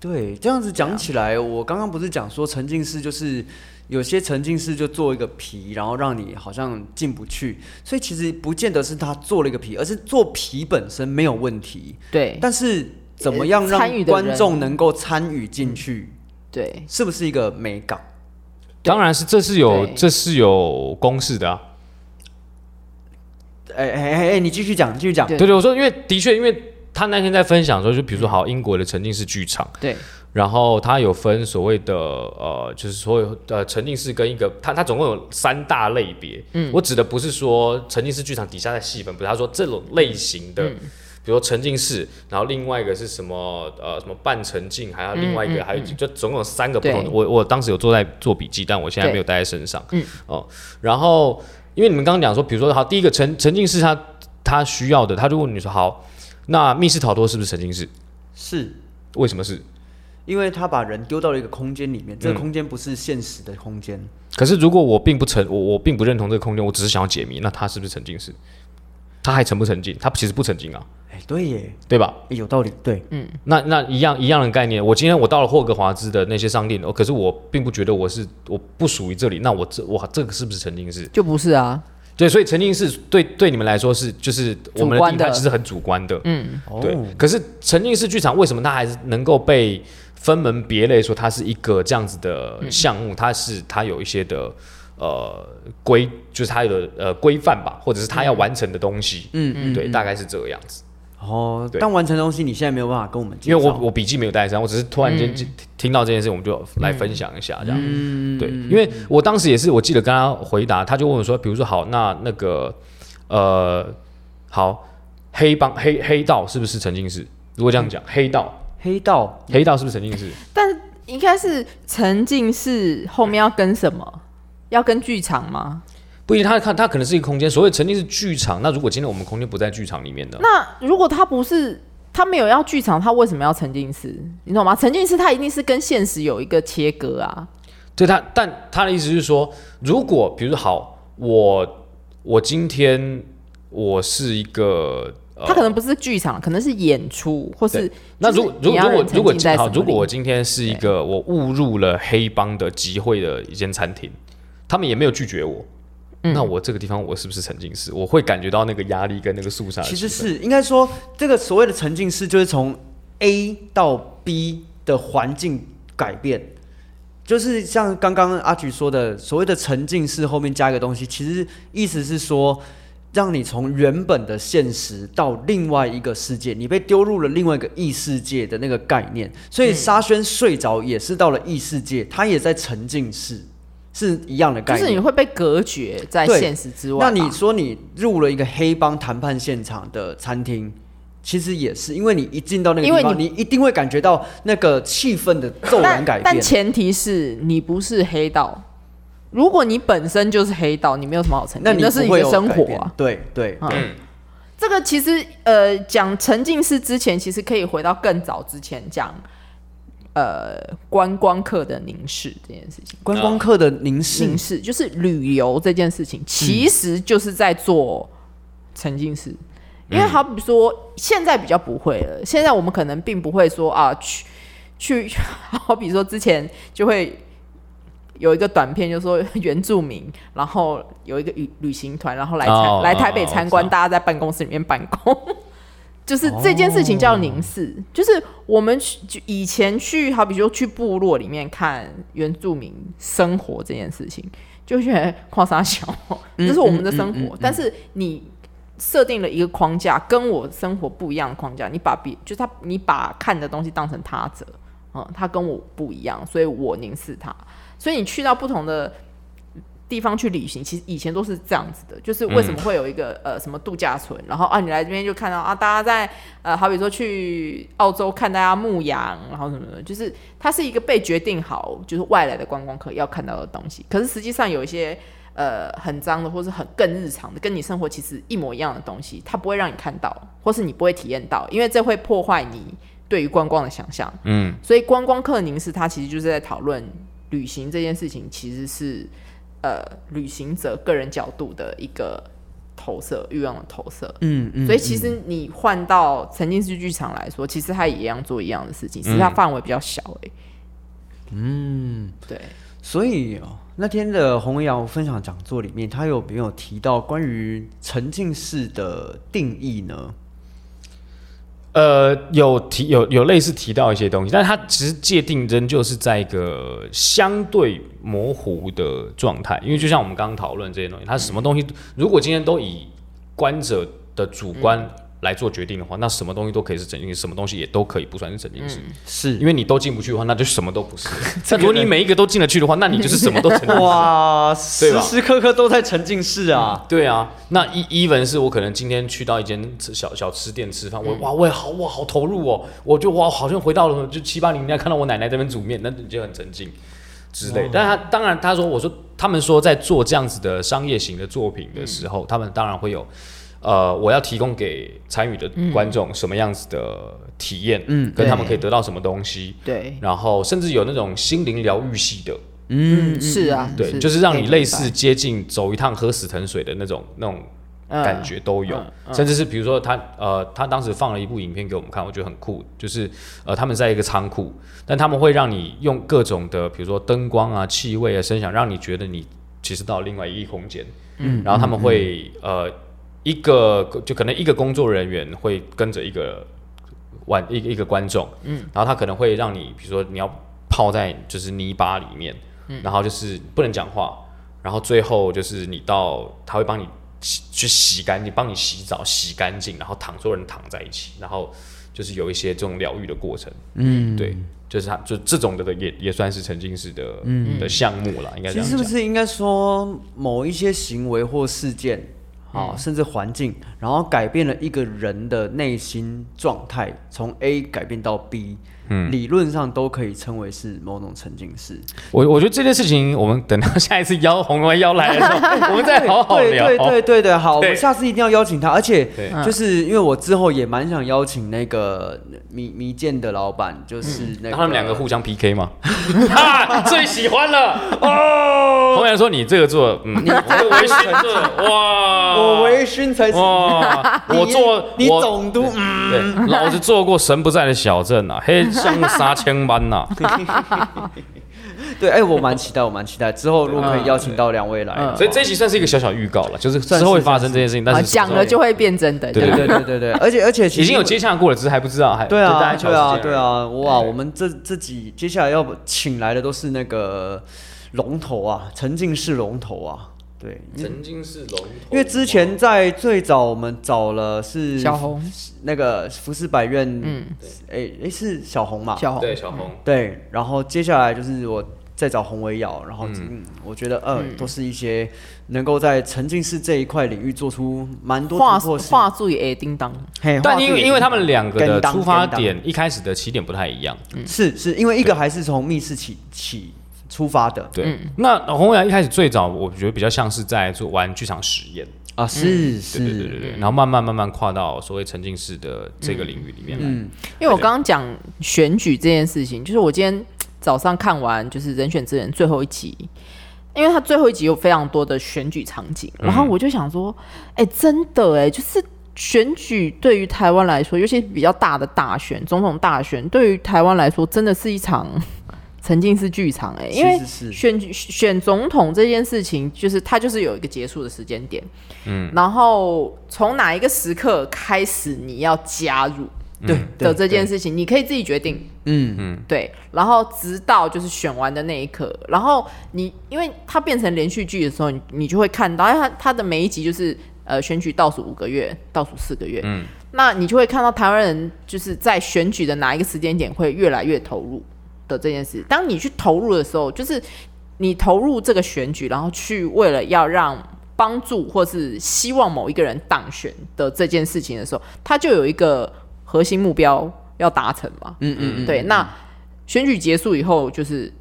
[SPEAKER 4] 对，这样子
[SPEAKER 6] 啊
[SPEAKER 4] 讲起来，我刚刚不是讲说沉浸式就是有些沉浸式就做一个皮，然后让你好像进不去，所以其实不见得是他做了一个皮，而是做皮本身没有问题，
[SPEAKER 6] 对呃
[SPEAKER 4] 但是怎么样
[SPEAKER 6] 参与
[SPEAKER 4] 让
[SPEAKER 6] 的人嗯
[SPEAKER 4] 观众能够参与进去，
[SPEAKER 6] 对，
[SPEAKER 4] 是不是一个美感？
[SPEAKER 5] 当然是这是有
[SPEAKER 6] 对
[SPEAKER 5] 这是有公式的啊。
[SPEAKER 4] 哎哎哎哎，你继续讲，你继续讲。
[SPEAKER 6] 对
[SPEAKER 5] 对对，我说，因为的确，因为他那天在分享的时候，就比如说好英国的沉浸式剧场，
[SPEAKER 6] 对，
[SPEAKER 5] 然后它有分所谓的呃，就是所有呃沉浸式跟一个，它它总共有三大类别。嗯，我指的不是说沉浸式剧场底下的细分，不是，他说这种类型
[SPEAKER 6] 嗯
[SPEAKER 5] 的。比如说沉浸式，然后另外一个是什么？呃，什么半沉浸，还有另外一个，还有就总共有三个不同的。
[SPEAKER 6] 嗯对
[SPEAKER 5] 我我当时有做在做笔记，但我现在
[SPEAKER 6] 对
[SPEAKER 5] 没有带在身上。
[SPEAKER 6] 嗯，
[SPEAKER 5] 哦，然后因为你们刚刚讲说，比如说好，第一个沉沉浸式它，它需要的，他就问你说，好，那密室逃脱是不是沉浸式？
[SPEAKER 4] 是
[SPEAKER 5] 为什么是？
[SPEAKER 4] 因为他把人丢到了一个空间里面，
[SPEAKER 6] 嗯
[SPEAKER 4] 这个空间不是现实的空间。
[SPEAKER 5] 可是如果我并不承我我并不认同这个空间，我只是想要解谜，那它是不是沉浸式？它还沉不沉浸？它其实不沉浸啊，
[SPEAKER 4] 哎、对耶，
[SPEAKER 5] 对吧？
[SPEAKER 4] 哎有道理。对，
[SPEAKER 6] 嗯
[SPEAKER 5] 那那一样一样的概念，我今天我到了霍格华兹的那些商店，哦可是我并不觉得我是我不属于这里，那我这我这个是不是沉浸式？
[SPEAKER 6] 就不是啊，
[SPEAKER 5] 对，所以沉浸式对对你们来说是就是我们
[SPEAKER 6] 主
[SPEAKER 5] 的
[SPEAKER 6] 观
[SPEAKER 5] 定
[SPEAKER 6] 的
[SPEAKER 5] 义其实很主观的，
[SPEAKER 6] 嗯，
[SPEAKER 4] 哦
[SPEAKER 5] 对。可是沉浸式剧场为什么它还是能够被分门别类说它是一个这样子的项目？它是它有一些的呃规，就是它的呃规范吧，或者是它要完成的东西，
[SPEAKER 4] 嗯嗯。
[SPEAKER 5] 对，大概是这个样子。
[SPEAKER 4] 哦，
[SPEAKER 5] 对
[SPEAKER 4] 但完成的东西你现在没有办法跟我们介
[SPEAKER 5] 因
[SPEAKER 4] 绍，
[SPEAKER 5] 为我我笔记没有带上，我只是突然间听听到这件事，我们就来分享一下这样。对，因为我当时也是，我记得跟他回答，他就问我说，比如说好，那那个呃，好，黑帮黑黑道是不是沉浸式？如果这样讲，黑道
[SPEAKER 4] 黑道
[SPEAKER 5] 黑道是不是沉浸式？
[SPEAKER 6] 但应该是沉浸式后面要跟什么？要跟剧场吗？
[SPEAKER 5] 不一定，他看他可能是一个空间，所谓沉浸式剧场。那如果今天我们空间不在剧场里面的，
[SPEAKER 6] 那如果他不是他没有要剧场，他为什么要沉浸式？你懂吗？沉浸式它一定是跟现实有一个切割啊。
[SPEAKER 5] 对他，但他的意思是说，如果比如说好，我我今天我是一个。呃
[SPEAKER 6] 它可能不是剧场，可能是演出，或是
[SPEAKER 5] 那
[SPEAKER 6] 就是
[SPEAKER 5] 如果如果
[SPEAKER 6] 你要
[SPEAKER 5] 如
[SPEAKER 6] 人
[SPEAKER 5] 果如果
[SPEAKER 6] 沉浸
[SPEAKER 5] 今
[SPEAKER 6] 在
[SPEAKER 5] 好，
[SPEAKER 6] 什么
[SPEAKER 5] 如果
[SPEAKER 6] 里
[SPEAKER 5] 我今天是一个我误入了黑帮的集会的一间餐厅，他们也没有拒绝我，
[SPEAKER 6] 嗯
[SPEAKER 5] 那我这个地方我是不是沉浸式？我会感觉到那个压力跟那个肃杀的
[SPEAKER 4] 其
[SPEAKER 5] 气氛。
[SPEAKER 4] 实是应该说，这个所谓的沉浸式就是从 A 到 B 的环境改变，就是像刚刚阿菊说的，所谓的沉浸式后面加一个东西，其实意思是说。让你从原本的现实到另外一个世界，你被丢入了另外一个异世界的那个概念，所以沙宣睡着也是到了异世界，他也在沉浸式，是一样的概
[SPEAKER 6] 就
[SPEAKER 4] 念。
[SPEAKER 6] 是你会被隔绝在
[SPEAKER 4] 对
[SPEAKER 6] 现实之外啊
[SPEAKER 4] 那
[SPEAKER 6] 吧。
[SPEAKER 4] 你说你入了一个黑帮谈判现场的餐厅，其实也是因为你一进到那个
[SPEAKER 6] 因为
[SPEAKER 4] 地方，
[SPEAKER 6] 你
[SPEAKER 4] 你一定会感觉到那个气氛的骤然改
[SPEAKER 6] 但但
[SPEAKER 4] 变。
[SPEAKER 6] 前提是你不是黑道。如果你本身就是黑道，你没有什么好沉浸，
[SPEAKER 4] 你
[SPEAKER 6] 那是
[SPEAKER 4] 不
[SPEAKER 6] 你
[SPEAKER 4] 会
[SPEAKER 6] 的
[SPEAKER 4] 有
[SPEAKER 6] 生
[SPEAKER 4] 改
[SPEAKER 6] 活
[SPEAKER 4] 变
[SPEAKER 6] 啊。
[SPEAKER 4] 对对，
[SPEAKER 6] 嗯这个其实呃，讲沉浸式之前，其实可以回到更早之前讲，呃，观光客的凝视这件事情。
[SPEAKER 4] 观光客的凝视
[SPEAKER 6] 凝视就是旅游这件事情，其实就是在做沉浸式。因为好比说，现在比较不会了。现在我们可能 *laughs* 并不会说啊，去去，好比说之前就会有一个短片，就说原住民，然后有一个旅旅行团，然后来参、
[SPEAKER 5] 哦
[SPEAKER 6] 来
[SPEAKER 5] 哦
[SPEAKER 6] 台北
[SPEAKER 5] 哦
[SPEAKER 6] 参
[SPEAKER 5] 我
[SPEAKER 6] 观，
[SPEAKER 5] 知道
[SPEAKER 6] 大家在办公室里面办公。 *laughs* 就是这件事情叫凝
[SPEAKER 5] 哦
[SPEAKER 6] 视，就是我们去就以前去，好比说去部落里面看原住民生活这件事情，就觉得夸啥小， *laughs*
[SPEAKER 4] 嗯
[SPEAKER 6] 这是我们的生活。
[SPEAKER 4] 嗯嗯嗯嗯
[SPEAKER 6] 但是你设定了一个框架，跟我生活不一样的框架，你把别就是他，你把看的东西当成他者，嗯，他跟我不一样，所以我凝视他。所以你去到不同的地方去旅行，其实以前都是这样子的，就是为什么会有一个、呃什么度假村，然后啊你来这边就看到啊大家在呃好比说去澳洲看大家牧羊，然后什么的，就是它是一个被决定好，就是外来的观光客要看到的东西。可是实际上有一些呃很脏的，或是很更日常的，跟你生活其实一模一样的东西，它不会让你看到，或是你不会体验到，因为这会破坏你对于观光的想象。
[SPEAKER 5] 嗯，
[SPEAKER 6] 所以观光客凝视，它其实就是在讨论旅行这件事情，其实是呃旅行者个人角度的一个投射，欲望的投射。
[SPEAKER 4] 嗯嗯
[SPEAKER 6] 所以其实你换到沉浸式剧场来说，其实它也一样做一样的事情，只是它范围比较小而已。嗯，对，
[SPEAKER 4] 所以哦，那天的洪瑶分享讲座里面，他有没有提到关于沉浸式的定义呢？
[SPEAKER 5] 呃，有提有有类似提到一些东西，但它其实界定仍旧是在一个相对模糊的状态，因为就像我们刚刚讨论这些东西，它什么东西，如果今天都以观者的主观来做决定的话，那什么东西都可以是沉浸式，什么东西也都可以不算是沉浸式，
[SPEAKER 4] 是
[SPEAKER 5] 因为你都进不去的话，那就什么都不是。但如果你每一个都进得去的话，那你就是什么都沉
[SPEAKER 4] *laughs*
[SPEAKER 5] 浸式。
[SPEAKER 4] 哇，
[SPEAKER 5] 对吧
[SPEAKER 4] 时时刻刻都在沉浸式啊！
[SPEAKER 5] 对啊，那 e even 是我可能今天去到一间吃小小吃店吃饭，我、哇，我也好，我好投入哦，我就哇，好像回到了就七八零年代，看到我奶奶在那边煮面，那你就很沉浸之类。但他当然他说，我说他们说在做这样子的商业型的作品的时候，他们当然会有。呃，我要提供给参与的观众什么样子的体验，嗯，跟他们可以得到什么东西，
[SPEAKER 6] 对，
[SPEAKER 5] 然后甚至有那种心灵疗愈系的，
[SPEAKER 6] 嗯，是啊，
[SPEAKER 5] 对，就是让你类似接近走一趟喝死藤水的那种那种感觉都有，甚至是比如说他呃，他当时放了一部影片给我们看，我觉得很酷，就是呃，他们在一个仓库，但他们会让你用各种的，比如说灯光啊、气味啊、声响，让你觉得你其实到另外一个空间，嗯，然后他们会、呃一个就可能一个工作人员会跟着一个玩一个一个观众，嗯，然后他可能会让你，比如说你要泡在就是泥巴里面，
[SPEAKER 4] 嗯
[SPEAKER 5] 然后就是不能讲话，然后最后就是你到他会帮你洗去洗干净，帮你洗澡洗干净，然后躺所有人躺在一起，然后就是有一些这种疗愈的过程，嗯，对，就是他就这种的也也算是沉浸式的、的项目啦，应该这
[SPEAKER 4] 嗯其
[SPEAKER 5] 样
[SPEAKER 4] 实
[SPEAKER 5] 讲
[SPEAKER 4] 是不，是应该说某一些行为或事件，
[SPEAKER 5] 嗯
[SPEAKER 4] 啊、甚至环境，然后改变了一个人的内心状态，从 A 改变到 B，理
[SPEAKER 5] 嗯
[SPEAKER 4] 论上都可以称为是某种沉浸
[SPEAKER 5] *laughs*
[SPEAKER 4] 式。
[SPEAKER 5] 我我觉得这件事情我们等到下一次邀红龙邀来的时
[SPEAKER 4] *laughs*
[SPEAKER 5] 候，我们再好好
[SPEAKER 4] 对
[SPEAKER 5] 聊，
[SPEAKER 4] 对对对的，好，我
[SPEAKER 5] 对
[SPEAKER 4] 们下次一定要邀请他，而且
[SPEAKER 5] 对
[SPEAKER 4] 就是因为我之后也蛮想邀请那个迷迷剑的老板，就是
[SPEAKER 5] 嗯
[SPEAKER 4] 那个
[SPEAKER 5] 然后他们两个互相 PK *laughs* 嘛，哈，啊最喜欢了哦。红阳说你这个做，嗯，你这个微醺做，哇，
[SPEAKER 4] 我微醺才是
[SPEAKER 5] 哇，我做
[SPEAKER 4] 你
[SPEAKER 5] 我
[SPEAKER 4] 总督，嗯，
[SPEAKER 5] 对，老子做过神不在的小镇呐、啊，黑像杀千般呐、
[SPEAKER 4] 对，哎，我蛮期待，我蛮期待之后如果可以邀请到两位来，
[SPEAKER 5] 所以这一集算是一个小小预告了，就是之
[SPEAKER 4] 算是
[SPEAKER 5] 后会发生这件事情，但
[SPEAKER 6] 啊，
[SPEAKER 5] 是
[SPEAKER 6] 讲了就会变真的，
[SPEAKER 5] 对
[SPEAKER 4] 对
[SPEAKER 6] 对
[SPEAKER 4] 对对对对，而且而且其
[SPEAKER 5] 已
[SPEAKER 4] 实
[SPEAKER 5] 经有接洽过了，只是还不知道，还
[SPEAKER 4] 对
[SPEAKER 5] 就大
[SPEAKER 4] 啊
[SPEAKER 5] 家瞧
[SPEAKER 4] 对啊
[SPEAKER 5] 时间而已
[SPEAKER 4] 对啊，哇，我们这这几接下来要请来的都是那个龙头啊，沉浸式龙头啊，对，
[SPEAKER 5] 曾经是龙头，
[SPEAKER 4] 因为之前在最早我们找了是
[SPEAKER 6] 小红
[SPEAKER 4] 那个福斯百院，嗯，哎哎是小红嘛，
[SPEAKER 6] 小红
[SPEAKER 5] 对小红，
[SPEAKER 4] 哦对，然后接下来就是我再找洪维尧，然后嗯我觉得呃、
[SPEAKER 6] 嗯
[SPEAKER 4] 都是一些能够在沉浸式这一块领域做出蛮多
[SPEAKER 6] 话
[SPEAKER 4] 突破性，
[SPEAKER 6] 话术也会叮当，
[SPEAKER 4] 嘿
[SPEAKER 5] 但
[SPEAKER 4] 话术
[SPEAKER 5] 因为
[SPEAKER 4] 也
[SPEAKER 5] 因为他们两个的
[SPEAKER 4] 跟当
[SPEAKER 5] 出发
[SPEAKER 4] 跟当
[SPEAKER 5] 点一开始的起点不太一样，
[SPEAKER 6] 嗯
[SPEAKER 4] 是是因为一个还是从密室起起出发的
[SPEAKER 5] 对，那红雅一开始最早，我觉得比较像是在做玩剧场实验，
[SPEAKER 6] 嗯
[SPEAKER 4] 啊，是
[SPEAKER 5] 对对对对
[SPEAKER 4] 是，
[SPEAKER 5] 对，然后慢慢慢慢跨到所谓沉浸式的这个领域里面来。
[SPEAKER 4] 嗯，
[SPEAKER 6] 因为我刚刚讲选举这件事情，就是我今天早上看完就是《人选之人》最后一集，因为他最后一集有非常多的选举场景，
[SPEAKER 4] 嗯
[SPEAKER 6] 然后我就想说，哎、真的哎，就是选举对于台湾来说，尤其是比较大的大选，总统大选，对于台湾来说，真的是一场沉浸式剧场、欸，哎，
[SPEAKER 4] 是
[SPEAKER 6] 因为
[SPEAKER 4] 是是
[SPEAKER 6] 选举选总统这件事情，就是它就是有一个结束的时间点，嗯，然后从哪一个时刻开始你要加入
[SPEAKER 4] 对
[SPEAKER 6] 嗯的这件
[SPEAKER 4] 事，
[SPEAKER 6] 事情，你可以自己决定，
[SPEAKER 4] 嗯嗯，
[SPEAKER 6] 对，然后直到就是选完的那一刻，然后你因为它变成连续剧的时候，你你就会看到，因为它它的每一集就是呃选举倒数五个月，倒数四个月，嗯，那你就会看到台湾人就是在选举的哪一个时间点会越来越投入的这件事。当你去投入的时候，就是你投入这个选举，然后去为了要让帮助或是希望某一个人当选的这件事情的时候，它就有一个核心目标要达成嘛，
[SPEAKER 4] 嗯嗯嗯，
[SPEAKER 6] 对，那选举结束以后，就是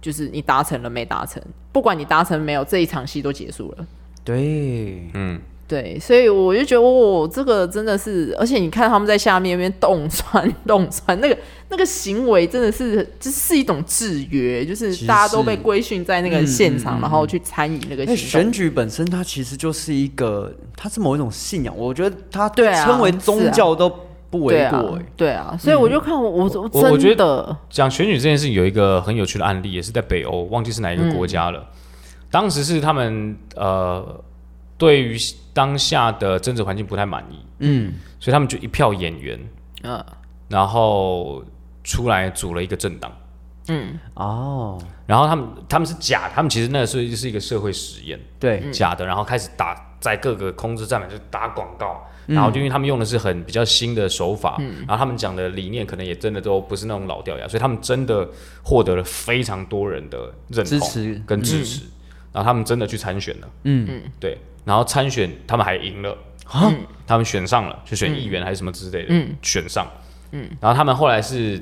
[SPEAKER 6] 就是你达成了没达成，不管你达成没有，这一场戏都结束了。
[SPEAKER 4] 对，
[SPEAKER 5] 嗯，
[SPEAKER 6] 对，所以我就觉得，哦，这个真的是，而且你看他们在下面那边动 *laughs* 穿动穿，那个那个行为真的是，这、是一种制约，就是
[SPEAKER 4] 其实
[SPEAKER 6] 大家都被规训在那个
[SPEAKER 4] 嗯
[SPEAKER 6] 现
[SPEAKER 4] 嗯嗯
[SPEAKER 6] 场，然后去参与那个
[SPEAKER 4] 那
[SPEAKER 6] 行
[SPEAKER 4] 选
[SPEAKER 6] 动。
[SPEAKER 4] 举本身它其实就是一个，它是某一种信仰，我觉得它
[SPEAKER 6] 对啊
[SPEAKER 4] 称为
[SPEAKER 6] 是
[SPEAKER 4] 宗
[SPEAKER 6] 啊
[SPEAKER 4] 教都不为
[SPEAKER 6] 对
[SPEAKER 4] 过、
[SPEAKER 6] 啊
[SPEAKER 4] 欸，
[SPEAKER 6] 对啊，所以我就看我、我我
[SPEAKER 5] 我我觉
[SPEAKER 6] 真
[SPEAKER 5] 得
[SPEAKER 6] 的，
[SPEAKER 5] 讲选举这件事情有一个很有趣的案例，也是在北欧，忘记是哪一
[SPEAKER 4] 嗯
[SPEAKER 5] 个国家了。当时是他们呃对于当下的政治环境不太满意，
[SPEAKER 4] 嗯，
[SPEAKER 5] 所以他们就一票演员，
[SPEAKER 6] 嗯
[SPEAKER 5] 然后出来组了一个政党。
[SPEAKER 6] 嗯，
[SPEAKER 4] 哦，
[SPEAKER 5] 然后他们他们是假的，他们其实那时候就是一个社会实验，
[SPEAKER 6] 嗯
[SPEAKER 4] 对，
[SPEAKER 5] 假的，然后开始打在各个空置站板就打广告，然后就因为他们用的是很比较新的手法，然后他们讲的理念可能也真的都不是那种老掉牙，所以他们真的获得了非常多人的认
[SPEAKER 4] 支
[SPEAKER 5] 同
[SPEAKER 4] 持
[SPEAKER 5] 跟支持，然后他们真的去参选了，
[SPEAKER 4] 嗯
[SPEAKER 5] 对，然后参选他们还赢了，
[SPEAKER 4] 啊，
[SPEAKER 5] 他们选上了，去选议员还是什么之类的，
[SPEAKER 6] 嗯
[SPEAKER 5] 选上，嗯，然后他们后来是，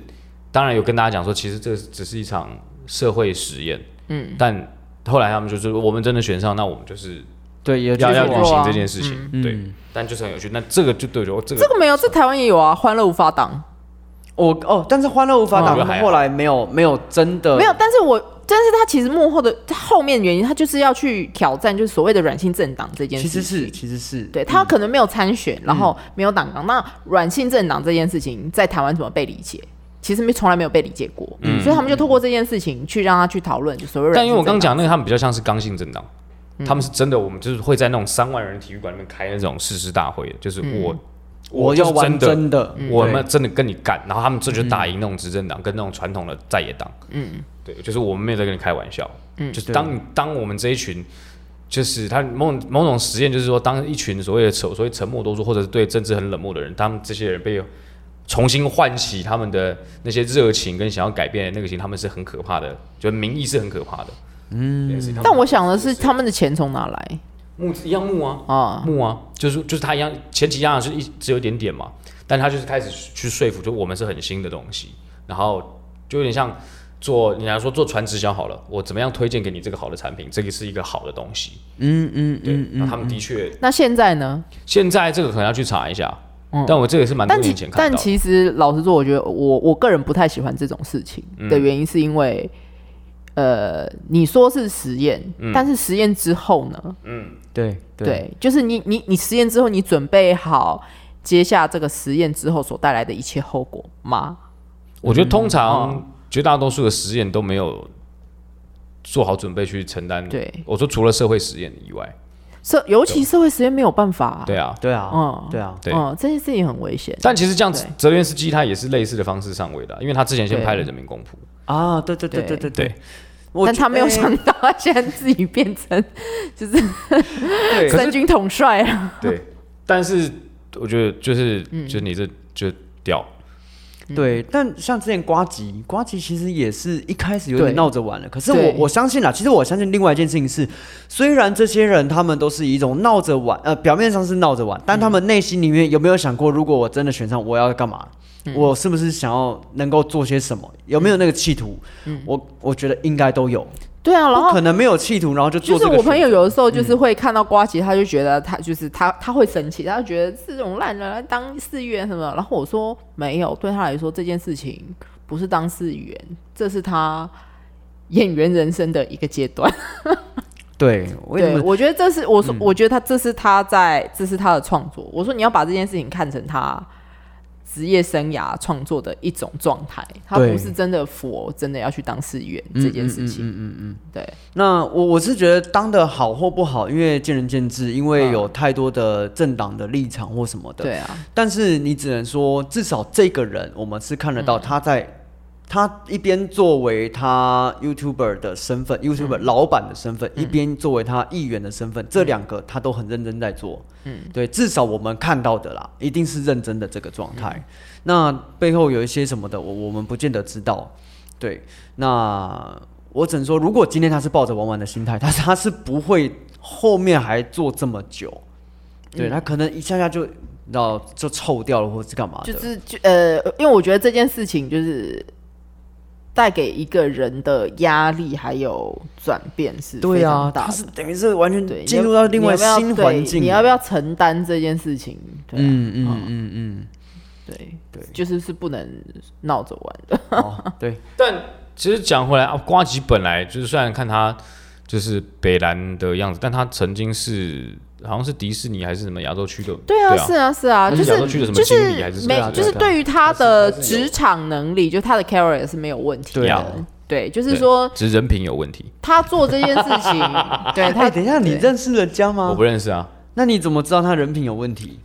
[SPEAKER 5] 当然有跟大家讲说，其实这只是一场社会实验，嗯，但后来他们就是我们真的选上，那我们就是
[SPEAKER 4] 对，也
[SPEAKER 5] 要
[SPEAKER 4] 就是嗯
[SPEAKER 5] 要
[SPEAKER 6] 做
[SPEAKER 5] 履
[SPEAKER 6] 啊
[SPEAKER 5] 行这件事情，对，但就是很有趣。那这个就对我这个
[SPEAKER 6] 这个没有，在台湾也有啊，《欢乐无法挡》。
[SPEAKER 4] 我哦，但是《欢乐无法
[SPEAKER 5] 嗯》
[SPEAKER 4] 挡他们后来没有没有真的
[SPEAKER 6] 没有，但是我但是他其实幕后的他后面原因，他就是要去挑战，就是所谓的软性政党这件
[SPEAKER 4] 其
[SPEAKER 6] 事
[SPEAKER 4] 实
[SPEAKER 6] 情。
[SPEAKER 4] 是其实是
[SPEAKER 6] 对
[SPEAKER 5] 嗯
[SPEAKER 6] 他可能没有参选，然后没有党纲。那软性政党这件事情在台湾怎么被理解？其实没从来没有被理解过，所以他们就透过这件事情去让他去讨论，就所谓。
[SPEAKER 5] 嗯但因为我刚，讲那个，他嗯们比较像是刚性政党，他们是真的，我们就是会在那种三万人体育馆里面开那种誓师大会，就是我、
[SPEAKER 4] 我
[SPEAKER 5] 就
[SPEAKER 4] 要
[SPEAKER 5] 是真
[SPEAKER 4] 玩
[SPEAKER 5] 的
[SPEAKER 4] 真的，
[SPEAKER 5] 我
[SPEAKER 4] 对
[SPEAKER 5] 们真的跟你干，然后他们这就打赢那种执政党跟那种传统的在野党，嗯，对，就是我们没有在跟你开玩笑，嗯，就是当你当我们这一群。就是他某种某种实验，就是说，当一群所谓的所所谓沉默多数，或者是对政治很冷漠的人，他们这些人被重新唤起他们的那些热情跟想要改变的那个情，他们是很可怕的，就民意是很可怕的。嗯，
[SPEAKER 6] 但我想的是他们的钱从哪来
[SPEAKER 5] 木一样木啊，
[SPEAKER 6] 啊？
[SPEAKER 5] 木啊，就是就是他一样，前期一样是一只有一点点嘛，但他就是开始去说服，就我们是很新的东西，然后就有点像做，你来说做传直销好了，我怎么样推荐给你这个好的产品，这个是一个好的东西，
[SPEAKER 4] 嗯嗯
[SPEAKER 5] 对，
[SPEAKER 4] 嗯
[SPEAKER 5] 然后
[SPEAKER 4] 嗯，
[SPEAKER 5] 他们的确，
[SPEAKER 6] 那现在呢？
[SPEAKER 5] 现在这个可能要去查一下，但我这个也是蛮多
[SPEAKER 6] 嗯但
[SPEAKER 5] 年
[SPEAKER 6] 其
[SPEAKER 5] 前看
[SPEAKER 6] 但
[SPEAKER 5] 到的，
[SPEAKER 6] 其实老实说，我觉得我我个人不太喜欢这种事情
[SPEAKER 5] 嗯
[SPEAKER 6] 的原因，是因为、呃，你说是实验，
[SPEAKER 5] 嗯
[SPEAKER 6] 但是实验之后呢？
[SPEAKER 4] 对
[SPEAKER 6] 对，就是你你你实验之后，你准备好接下这个实验之后所带来的一切后果吗？
[SPEAKER 5] 我
[SPEAKER 6] 嗯
[SPEAKER 5] 觉得通
[SPEAKER 6] 哦
[SPEAKER 5] 常绝大多数的实验都没有做好准备去承担，
[SPEAKER 6] 对
[SPEAKER 5] 我说除了社会实验以外，
[SPEAKER 6] 社尤其社会实验没有办法、啊
[SPEAKER 5] 对啊，
[SPEAKER 4] 对啊，
[SPEAKER 6] 嗯
[SPEAKER 4] 对啊，
[SPEAKER 5] 对
[SPEAKER 6] 嗯，这件事情很危险。
[SPEAKER 5] 但其实这样子
[SPEAKER 6] 对，
[SPEAKER 5] 泽连斯基他也是类似的方式上位的啊、因为他之前先
[SPEAKER 6] 对
[SPEAKER 5] 拍了《人民公仆》，
[SPEAKER 4] 啊，对对对
[SPEAKER 6] 对
[SPEAKER 4] 对对
[SPEAKER 5] 对，，
[SPEAKER 4] 我
[SPEAKER 6] 但
[SPEAKER 4] 觉
[SPEAKER 6] 他没有
[SPEAKER 4] 哎
[SPEAKER 6] 想到，他现在自己变成就是
[SPEAKER 5] 对可
[SPEAKER 6] 三
[SPEAKER 5] 是
[SPEAKER 6] 军统帅啊了。
[SPEAKER 5] 对，但是我觉得就是、就是你这就屌，
[SPEAKER 6] 嗯
[SPEAKER 4] 对，但像之前瓜吉，瓜吉其实也是一开始有点
[SPEAKER 6] 对
[SPEAKER 4] 闹着玩的。可是我
[SPEAKER 6] 对
[SPEAKER 4] 我相信啦，其实我相信另外一件事情是，虽然这些人他们都是一种闹着玩，呃，表面上是闹着玩，但
[SPEAKER 6] 嗯
[SPEAKER 4] 他们内心里面有没有想过，如果我真的选上，我要干嘛？
[SPEAKER 6] 嗯
[SPEAKER 4] 我是不是想要能够做些什么？有没有那个企图？我我觉得应该都有，
[SPEAKER 6] 对啊，嗯然
[SPEAKER 4] 不
[SPEAKER 6] 后
[SPEAKER 4] 可能没有企图，然后就做
[SPEAKER 6] 就是
[SPEAKER 4] 这个
[SPEAKER 6] 我朋
[SPEAKER 4] 选
[SPEAKER 6] 友有的时候就是会看到瓜吉，他就觉得他就是他他会生气，他就觉得这种烂人来当市议员什么的。然后我说没有，对他来说这件事情不是当市议员，这是他演员人生的一个阶段。
[SPEAKER 4] 对，为什
[SPEAKER 6] 对，
[SPEAKER 4] 么？
[SPEAKER 6] 我觉得这是我说，我觉得他这是他在这是他的创作。我说你要把这件事情看成他职业生涯创作的一种状态，它不
[SPEAKER 4] 对
[SPEAKER 6] 是真的佛真的要去当寺院
[SPEAKER 4] 嗯
[SPEAKER 6] 这件事
[SPEAKER 4] 嗯
[SPEAKER 6] 情。
[SPEAKER 4] 嗯嗯嗯嗯
[SPEAKER 6] 对，
[SPEAKER 4] 那我我是觉得当的好或不好，因为见仁见智，因为有太多的政党的立场或什么的。
[SPEAKER 6] 嗯对啊，
[SPEAKER 4] 但是你只能说，至少这个人我们是看得到他在，他一边作为他 YouTuber 的身份、y o u t u b e r 老板的身份，一边作为他议员的身份，这两个他都很认真在做。嗯，对，至少我们看到的啦，一定是认真的这个状态。那背后有一些什么的，我我们不见得知道。对，那我只能说，如果今天他是抱着玩玩的心态，他他是不会后面还做这么久。对他可能一下下就，你知道就臭掉了，或是干嘛的。
[SPEAKER 6] 就是就呃，因为我觉得这件事情就是带给一个人的压力还有转变是
[SPEAKER 4] 对
[SPEAKER 6] 非
[SPEAKER 4] 啊
[SPEAKER 6] 常，大
[SPEAKER 4] 他
[SPEAKER 6] 的
[SPEAKER 4] 是等于是完
[SPEAKER 6] 对，
[SPEAKER 4] 全进
[SPEAKER 6] 你
[SPEAKER 4] 入
[SPEAKER 6] 要
[SPEAKER 4] 到另外
[SPEAKER 6] 你要不要
[SPEAKER 4] 新
[SPEAKER 6] 对
[SPEAKER 4] 环境
[SPEAKER 6] 你要不要承担这件事情？对啊、
[SPEAKER 4] 嗯嗯嗯嗯，
[SPEAKER 6] *laughs* 对
[SPEAKER 4] 对
[SPEAKER 6] 就是是不能闹着玩的。
[SPEAKER 4] 哦，
[SPEAKER 6] *laughs*
[SPEAKER 4] 对，
[SPEAKER 5] 但其实讲回来啊，瓜吉本来就是虽然看他就是北兰的样子，但他曾经是好像是迪士尼还是什么亚洲区的，
[SPEAKER 6] 对啊，
[SPEAKER 5] 啊，
[SPEAKER 6] 是啊，是啊，
[SPEAKER 5] 嗯
[SPEAKER 6] 就
[SPEAKER 5] 亚洲区的什
[SPEAKER 6] 是
[SPEAKER 5] 么
[SPEAKER 6] 就
[SPEAKER 5] 经理还是什么
[SPEAKER 6] 没
[SPEAKER 5] 对啊，
[SPEAKER 6] 就
[SPEAKER 5] 对啊
[SPEAKER 6] 是
[SPEAKER 5] 对啊
[SPEAKER 6] 对于他的职场能力，就他的 career 是没有问题
[SPEAKER 4] 对
[SPEAKER 5] 啊
[SPEAKER 6] 的。对，就是
[SPEAKER 5] 对
[SPEAKER 6] 说
[SPEAKER 5] 只是人品有问题，
[SPEAKER 6] 他做这件事
[SPEAKER 5] *laughs*
[SPEAKER 6] 情，对
[SPEAKER 4] 哎，
[SPEAKER 6] 他
[SPEAKER 4] 等一下，你
[SPEAKER 6] 对
[SPEAKER 4] 认识人家
[SPEAKER 5] 我
[SPEAKER 6] 哦
[SPEAKER 4] 吗
[SPEAKER 5] 不？认识啊。
[SPEAKER 4] 那你怎么知道他人品有问题？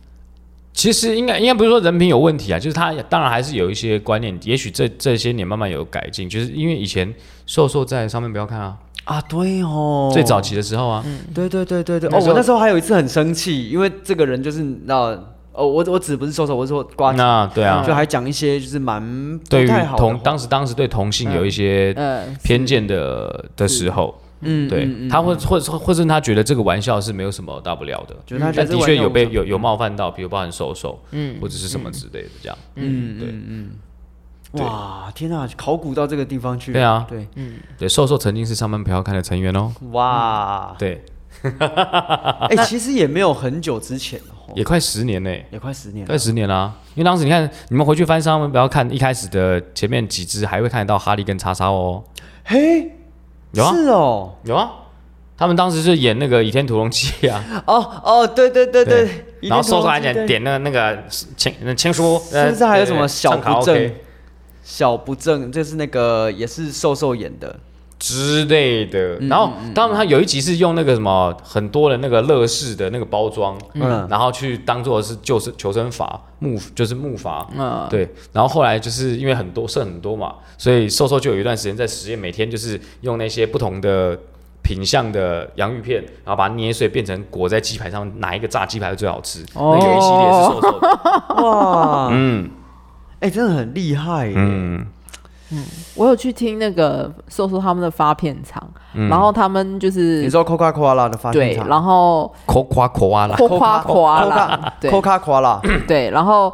[SPEAKER 5] 其实应该应该不是说人品有问题啊，就是他当然还是有一些观念，也许这这些年慢慢有改进，就是因为以前瘦瘦在上面不要看啊，
[SPEAKER 4] 啊，对哦，嗯
[SPEAKER 5] 最早期的时候啊，
[SPEAKER 4] 对对对对对，
[SPEAKER 5] 那
[SPEAKER 4] 哦，
[SPEAKER 5] 时候
[SPEAKER 4] 我那时候还有一次很生气，因为这个人就是你知道，哦，我我指不是说说，我是说瓜子，
[SPEAKER 5] 那对
[SPEAKER 6] 嗯
[SPEAKER 5] 啊，
[SPEAKER 4] 就还讲一些嗯就是蛮不
[SPEAKER 5] 对于
[SPEAKER 4] 太好的
[SPEAKER 5] 同
[SPEAKER 4] 话
[SPEAKER 5] 当时当时对同性有一些
[SPEAKER 6] 呃，
[SPEAKER 5] 偏见的的时候，
[SPEAKER 4] 嗯
[SPEAKER 5] 对
[SPEAKER 4] 嗯嗯
[SPEAKER 5] 他会或或或是他觉得这个玩笑是没有什么大不了的，
[SPEAKER 4] 就是他觉
[SPEAKER 5] 但
[SPEAKER 4] 得
[SPEAKER 5] 的
[SPEAKER 4] 玩
[SPEAKER 5] 确
[SPEAKER 4] 弄
[SPEAKER 5] 有被
[SPEAKER 4] 什么嗯
[SPEAKER 5] 有有冒犯到，比如包含手手，嗯，或者是什么之类的这样，
[SPEAKER 4] 嗯
[SPEAKER 5] 对
[SPEAKER 4] 嗯嗯，哇，天哪，考古到这个地方去了，
[SPEAKER 5] 对啊
[SPEAKER 4] 对，
[SPEAKER 5] 对，瘦瘦曾经是上班不要看的成员哦，
[SPEAKER 4] 嗯哇，
[SPEAKER 5] 对，
[SPEAKER 4] 哎，其实也没有很久之前哦，
[SPEAKER 5] 也快十年嘞、
[SPEAKER 4] 也快十年了
[SPEAKER 5] 快，十年啦、因为当时你看，你们回去翻上面不要看一开始的前面几只，还会看得到哈利跟叉烧哦。
[SPEAKER 4] 呃嘿，
[SPEAKER 5] 有啊
[SPEAKER 4] 是哦，
[SPEAKER 5] 有啊，他们当时是演那个《倚天屠龙记》
[SPEAKER 4] *laughs*
[SPEAKER 5] 啊，
[SPEAKER 4] 哦哦，对对对对，一定
[SPEAKER 5] 然后搜出来
[SPEAKER 4] 同时
[SPEAKER 5] 点
[SPEAKER 4] 对
[SPEAKER 5] 点那个那个签那签书，呃
[SPEAKER 4] 是不是还有什么小不
[SPEAKER 5] 不
[SPEAKER 4] 正？小不正，这是那个也是瘦瘦演的，
[SPEAKER 5] 之类的？
[SPEAKER 6] 嗯
[SPEAKER 5] 然后当然他有一集是用那个什么很多的那个乐事的那个包装，
[SPEAKER 4] 嗯
[SPEAKER 5] 然后去当做是救生求生法木就是木筏，
[SPEAKER 6] 嗯
[SPEAKER 5] 对，然后后来就是因为很多剩很多嘛，所以瘦瘦就有一段时间在实验，每天就是用那些不同的品相的洋芋片，然后把它捏碎变成裹在鸡排上，哪一个炸鸡排是最好吃？
[SPEAKER 6] 哦
[SPEAKER 5] 那有一系列是瘦瘦的，
[SPEAKER 4] 哇，
[SPEAKER 5] 哦嗯
[SPEAKER 4] 哎、真的很厉害耶！
[SPEAKER 5] 嗯，
[SPEAKER 6] 我有去听那个瘦瘦他们的发片场，
[SPEAKER 5] 嗯
[SPEAKER 6] 然后他们就
[SPEAKER 4] 你
[SPEAKER 6] 是
[SPEAKER 4] 知道 Coca Cola 的发
[SPEAKER 6] 对，
[SPEAKER 4] 现场，
[SPEAKER 6] 然后
[SPEAKER 5] 抠夸抠啊啦，
[SPEAKER 6] 抠夸夸啦，对
[SPEAKER 4] Coca Cola *laughs*
[SPEAKER 6] 对，然后。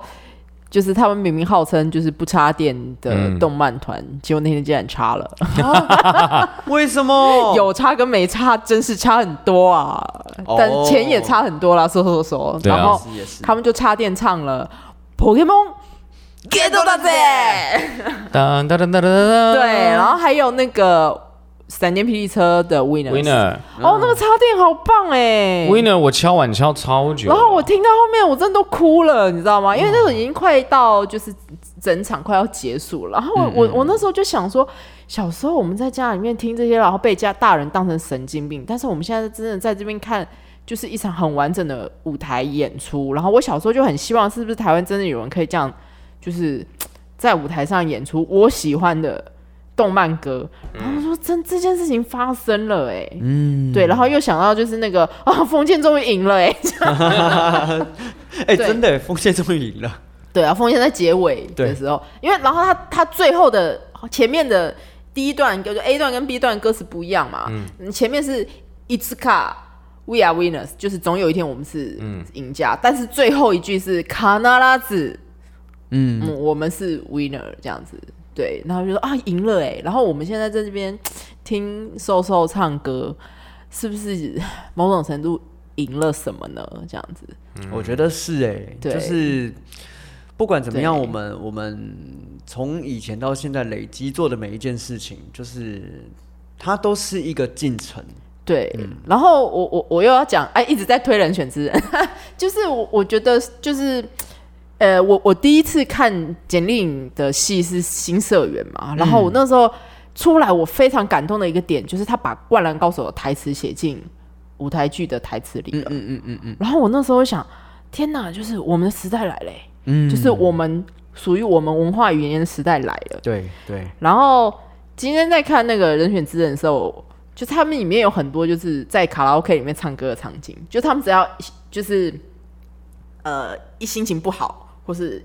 [SPEAKER 6] 就是他们明明号称就是不插电的
[SPEAKER 5] 嗯
[SPEAKER 6] 动漫团，结果那天竟然插了，
[SPEAKER 4] 为什
[SPEAKER 5] 哦
[SPEAKER 4] 么？
[SPEAKER 6] 有差跟没差真是差很多啊，
[SPEAKER 4] 哦
[SPEAKER 6] 但钱也差很多啦，说说说。
[SPEAKER 5] 对啊
[SPEAKER 6] 然后
[SPEAKER 4] 是也是
[SPEAKER 6] 他们就插电唱了《Pokemon Get 到大 y
[SPEAKER 5] 当当当当当当，
[SPEAKER 6] 对，然后还有那个闪电霹雳车的 Winner。
[SPEAKER 5] ，winner
[SPEAKER 4] 嗯
[SPEAKER 6] 哦，那个插电好棒哎
[SPEAKER 5] winner，我敲碗敲超久了，
[SPEAKER 6] 然后我听到后面，我真的都哭了，你知道吗？因为那时候已经快到就是整场快要结束了。然后我、我我那时候就想说，小时候我们在家里面听这些，然后被家大人当成神经病，但是我们现在真的在这边看。就是一场很完整的舞台演出，然后我小时候就很希望，是不是台湾真的有人可以这样，就是在舞台上演出我喜欢的动漫歌，然后说真这件事情发生了哎、嗯，对，然后又想到就是那个啊，封建终于赢了哎、
[SPEAKER 4] *laughs* 哎、
[SPEAKER 6] 对
[SPEAKER 4] 真的耶，风线终于赢了。
[SPEAKER 6] 对啊，奉献在结尾的时候，因为然后他他最后的前面的第一段歌，就 A 段跟 B 段歌词不一样嘛，嗯，前面是 It's car。We are winners，就是总有一天我们是赢家，但是最后一句是卡纳拉子，
[SPEAKER 4] 嗯，
[SPEAKER 6] 嗯，我们是 winner 这样子，对，然后就说啊赢了哎，然后我们现在在这边听瘦瘦唱歌，是不是某种程度赢了什么呢？这样子，
[SPEAKER 5] 嗯
[SPEAKER 4] 我觉得是哎、
[SPEAKER 6] 对
[SPEAKER 4] 就是不管怎么样，
[SPEAKER 6] 对
[SPEAKER 4] 我们我们从以前到现在累积做的每一件事情，就是它都是一个进程。
[SPEAKER 6] 对，
[SPEAKER 4] 嗯
[SPEAKER 6] 然后我 *laughs* 我我又要讲，哎，一直在推人选之人，就是我我觉得就是呃，我我第一次看简丽颖的戏是《新社员》
[SPEAKER 4] 嗯
[SPEAKER 6] 嘛，然后我那时候出来，我非常感动的一个点就是他把《灌篮高手》的台词写进舞台剧的台词里了。
[SPEAKER 4] 嗯嗯嗯嗯，
[SPEAKER 6] 然后我那时候想，天哪，就是我们的时代来了欸、
[SPEAKER 4] 嗯
[SPEAKER 6] 就是我们属于我们文化语言的时代来了。
[SPEAKER 4] 对对，
[SPEAKER 6] 然后今天在看那个《人选之人》的时候，就他们里面有很多就是在卡拉 OK 里面唱歌的场景，就他们只要就是呃一心情不好，或是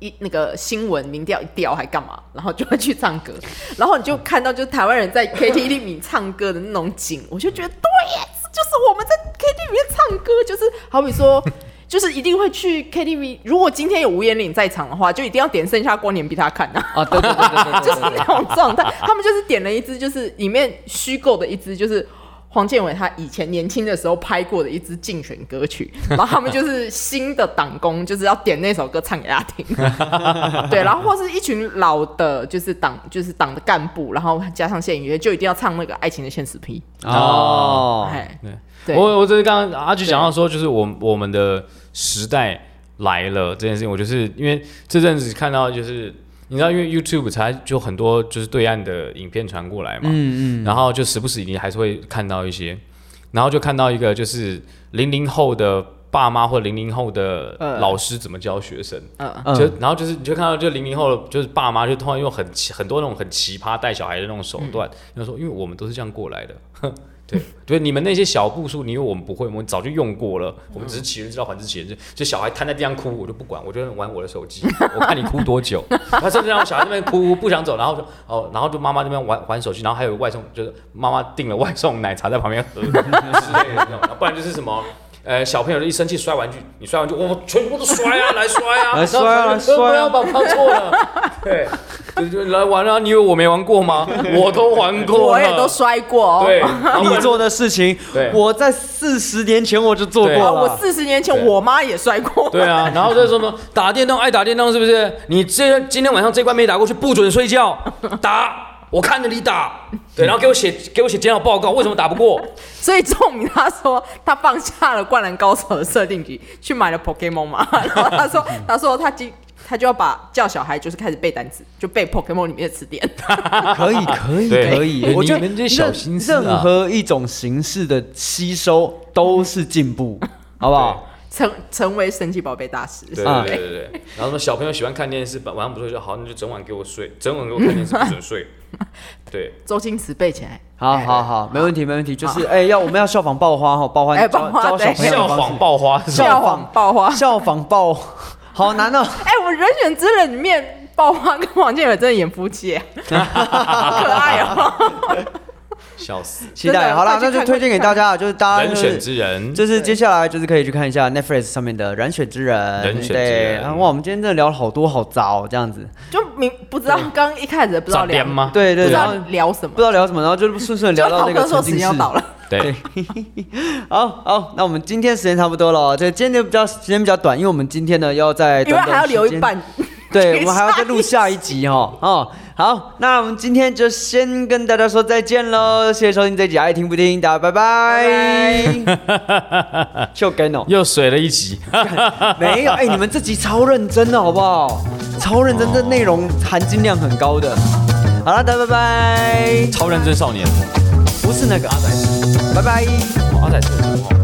[SPEAKER 6] 一那个新闻民调一掉还干嘛，然后就会去唱歌，然后你就看到就是台湾人在 KTV 里唱歌的那种景，我就觉得对耶，这就是我们在 KTV 里面唱歌，就是好比说。就是一定会去 KTV。如果今天有吴彦岭在场的话，就一定要点《剩下光年》逼他看啊。
[SPEAKER 4] 啊，对对对对对
[SPEAKER 6] *laughs* 就是那种状态。他们就是点了一支，就是里面虚构的一支，就是黄建伟他以前年轻的时候拍过的一支竞选歌曲，然后他们就是新的党工，就是要点那首歌唱给他
[SPEAKER 5] *laughs*
[SPEAKER 6] 听。对，然后或是一群老的，就是党就是党的干部，然后加上谢颖约，就一定要唱那个《爱情的现实批》。
[SPEAKER 4] 哦，
[SPEAKER 6] 哎，对
[SPEAKER 5] 对，我我只是刚刚阿菊讲到说，就是我我们的时代来了这件事情，我就是因为这阵子看到就是。你知道，因为 YouTube 才就很多就是对岸的影片传过来嘛，嗯嗯，然后就时不时你还是会看到一些，然后就看到一个就是零零后的爸妈或零零后的老师怎么教学生，
[SPEAKER 4] 嗯
[SPEAKER 5] 就然后就是你就看到就零零后的就是爸妈就突然用很奇很多那种很奇葩带小孩的那种手段，然后说因为我们都是这样过来的，哼对，对你们那些小步数，你以为我们不会，我们早就用过了，我们只是杞人之道还治杞人之，就小孩瘫在地上哭，我就不管，我就玩我的手
[SPEAKER 4] *laughs*
[SPEAKER 5] 机，我看你哭多久，他甚至让我小孩那边哭不想走，然后就哦，然后就妈妈那边玩玩手机，然后还有外送，就是妈妈订了外送奶茶在旁边喝之类的那种，然后不然就是什么。呃，小朋友就一生气摔玩具，你摔玩具，我全部都摔
[SPEAKER 4] *laughs*
[SPEAKER 5] 啊，来摔啊，
[SPEAKER 4] 来摔啊来摔啊
[SPEAKER 5] 不要把我放错了，对， *laughs* 就就来玩啊，你以为我没玩过
[SPEAKER 4] *laughs*
[SPEAKER 5] 吗？我都玩过了，
[SPEAKER 6] 我也都摔过哦。
[SPEAKER 5] 对，然后不
[SPEAKER 4] 啊你
[SPEAKER 5] 然
[SPEAKER 4] 做的事情
[SPEAKER 5] *laughs* 对，
[SPEAKER 4] 我在四十年前我就做过
[SPEAKER 5] 对
[SPEAKER 6] 啊，
[SPEAKER 4] 了。
[SPEAKER 6] 我四十年前
[SPEAKER 5] 对
[SPEAKER 6] 我妈也摔过。
[SPEAKER 5] 对 *laughs* 啊，然后再说什么打电动爱打电动是不是？你这今天晚上这关没打过去，不准睡 *laughs* 觉，打，我看着你打，对，然后给我写给我写检讨报告，为什么打不过？
[SPEAKER 6] 所以仲明他说他放下了《灌篮高手》的设定局，去买了 Pokemon 嘛， *laughs* 然后他
[SPEAKER 4] 嗯
[SPEAKER 6] 说他说他今他就要把叫小孩就是开始背单词，就背 Pokemon 里面的词典。 *laughs*
[SPEAKER 5] *laughs*
[SPEAKER 6] 啊
[SPEAKER 4] 可 *laughs* 以，可以，
[SPEAKER 5] 对
[SPEAKER 4] 可以。
[SPEAKER 5] 对
[SPEAKER 4] 我觉得
[SPEAKER 5] 你们这些
[SPEAKER 4] 任
[SPEAKER 5] 小心思啊
[SPEAKER 4] 任何一种形式的吸收都是
[SPEAKER 5] *laughs*
[SPEAKER 4] 进步，好不好？
[SPEAKER 6] 成成为神奇宝贝大师，
[SPEAKER 5] 对
[SPEAKER 4] 啊
[SPEAKER 5] 对对对对，然后说小朋友喜欢看电视，晚上不睡觉，好，那就整晚给我睡，整晚给我看电视，不准 *laughs* 睡。对，
[SPEAKER 6] 周星驰背起来。哎
[SPEAKER 4] 好好好，没问题，没问题。就是哎，要我们要效仿爆
[SPEAKER 6] *laughs*
[SPEAKER 4] 花哈，爆花
[SPEAKER 6] 哎
[SPEAKER 4] 教
[SPEAKER 6] 爆花
[SPEAKER 4] 教小
[SPEAKER 6] 对
[SPEAKER 4] 朋友
[SPEAKER 5] 效
[SPEAKER 4] 的方
[SPEAKER 5] 仿
[SPEAKER 4] 式
[SPEAKER 5] 爆花是吧？
[SPEAKER 6] 效仿爆花
[SPEAKER 4] 效仿爆， *laughs* 好难
[SPEAKER 6] *laughs*
[SPEAKER 4] 哦。
[SPEAKER 6] 哎、我人选之人里面，爆花跟王建伟真的演
[SPEAKER 4] *laughs*
[SPEAKER 6] 夫妻耶，好可爱哦、
[SPEAKER 5] 笑死！
[SPEAKER 4] 期待
[SPEAKER 6] 真的
[SPEAKER 4] 好啦，
[SPEAKER 6] 快
[SPEAKER 4] 那
[SPEAKER 6] 去
[SPEAKER 4] 就
[SPEAKER 6] 看
[SPEAKER 4] 推荐给大家啊，就是大家
[SPEAKER 5] 人
[SPEAKER 4] 就是
[SPEAKER 5] 选之人，
[SPEAKER 4] 就是接下来就是可以去看一下 Netflix 上面的《人选之人》，
[SPEAKER 5] 人选之
[SPEAKER 4] 对
[SPEAKER 5] 人
[SPEAKER 4] 啊哇，我们今天真的聊了好多好杂哦，这样子，
[SPEAKER 6] 就明不知道刚刚一开始不知道
[SPEAKER 5] 咋编
[SPEAKER 4] *laughs*
[SPEAKER 6] 聊，
[SPEAKER 5] 吗？
[SPEAKER 4] 对
[SPEAKER 6] 嗯不
[SPEAKER 4] 对，
[SPEAKER 6] 知
[SPEAKER 4] 然
[SPEAKER 6] 道
[SPEAKER 4] 后
[SPEAKER 6] 聊什
[SPEAKER 4] 不
[SPEAKER 6] 么
[SPEAKER 4] 知，道聊什么，然后就是顺顺地
[SPEAKER 6] 就
[SPEAKER 4] 聊到
[SPEAKER 6] *laughs* 涛
[SPEAKER 4] 那
[SPEAKER 6] 哥
[SPEAKER 4] 个
[SPEAKER 6] 说
[SPEAKER 4] 沉
[SPEAKER 6] 时
[SPEAKER 4] 浸
[SPEAKER 6] 间要
[SPEAKER 4] 式。哎
[SPEAKER 6] 到了，
[SPEAKER 5] 对，
[SPEAKER 4] *laughs* 好好，那我们今天时间差不多了，这今天比较时间比较短，因为我们今天呢要在
[SPEAKER 6] 因为
[SPEAKER 4] 短短
[SPEAKER 6] 还要留
[SPEAKER 4] 时
[SPEAKER 6] 一
[SPEAKER 4] 间
[SPEAKER 6] 半。
[SPEAKER 4] *laughs* 对，我们还要再录下一集哦。哦，好，那我们今天就先跟大家说再见喽，谢谢收听这一集，爱听不听，大家拜拜。 *laughs* 就跟哦，
[SPEAKER 5] 又水了一 *laughs* 集，
[SPEAKER 4] 没有，哎，你们这集超认真的好不好？超认真，这内容含金量很高的。好了，大家拜拜，
[SPEAKER 5] 超认真少年，
[SPEAKER 4] 不是那个阿仔，拜拜。
[SPEAKER 5] 哇阿仔是很好。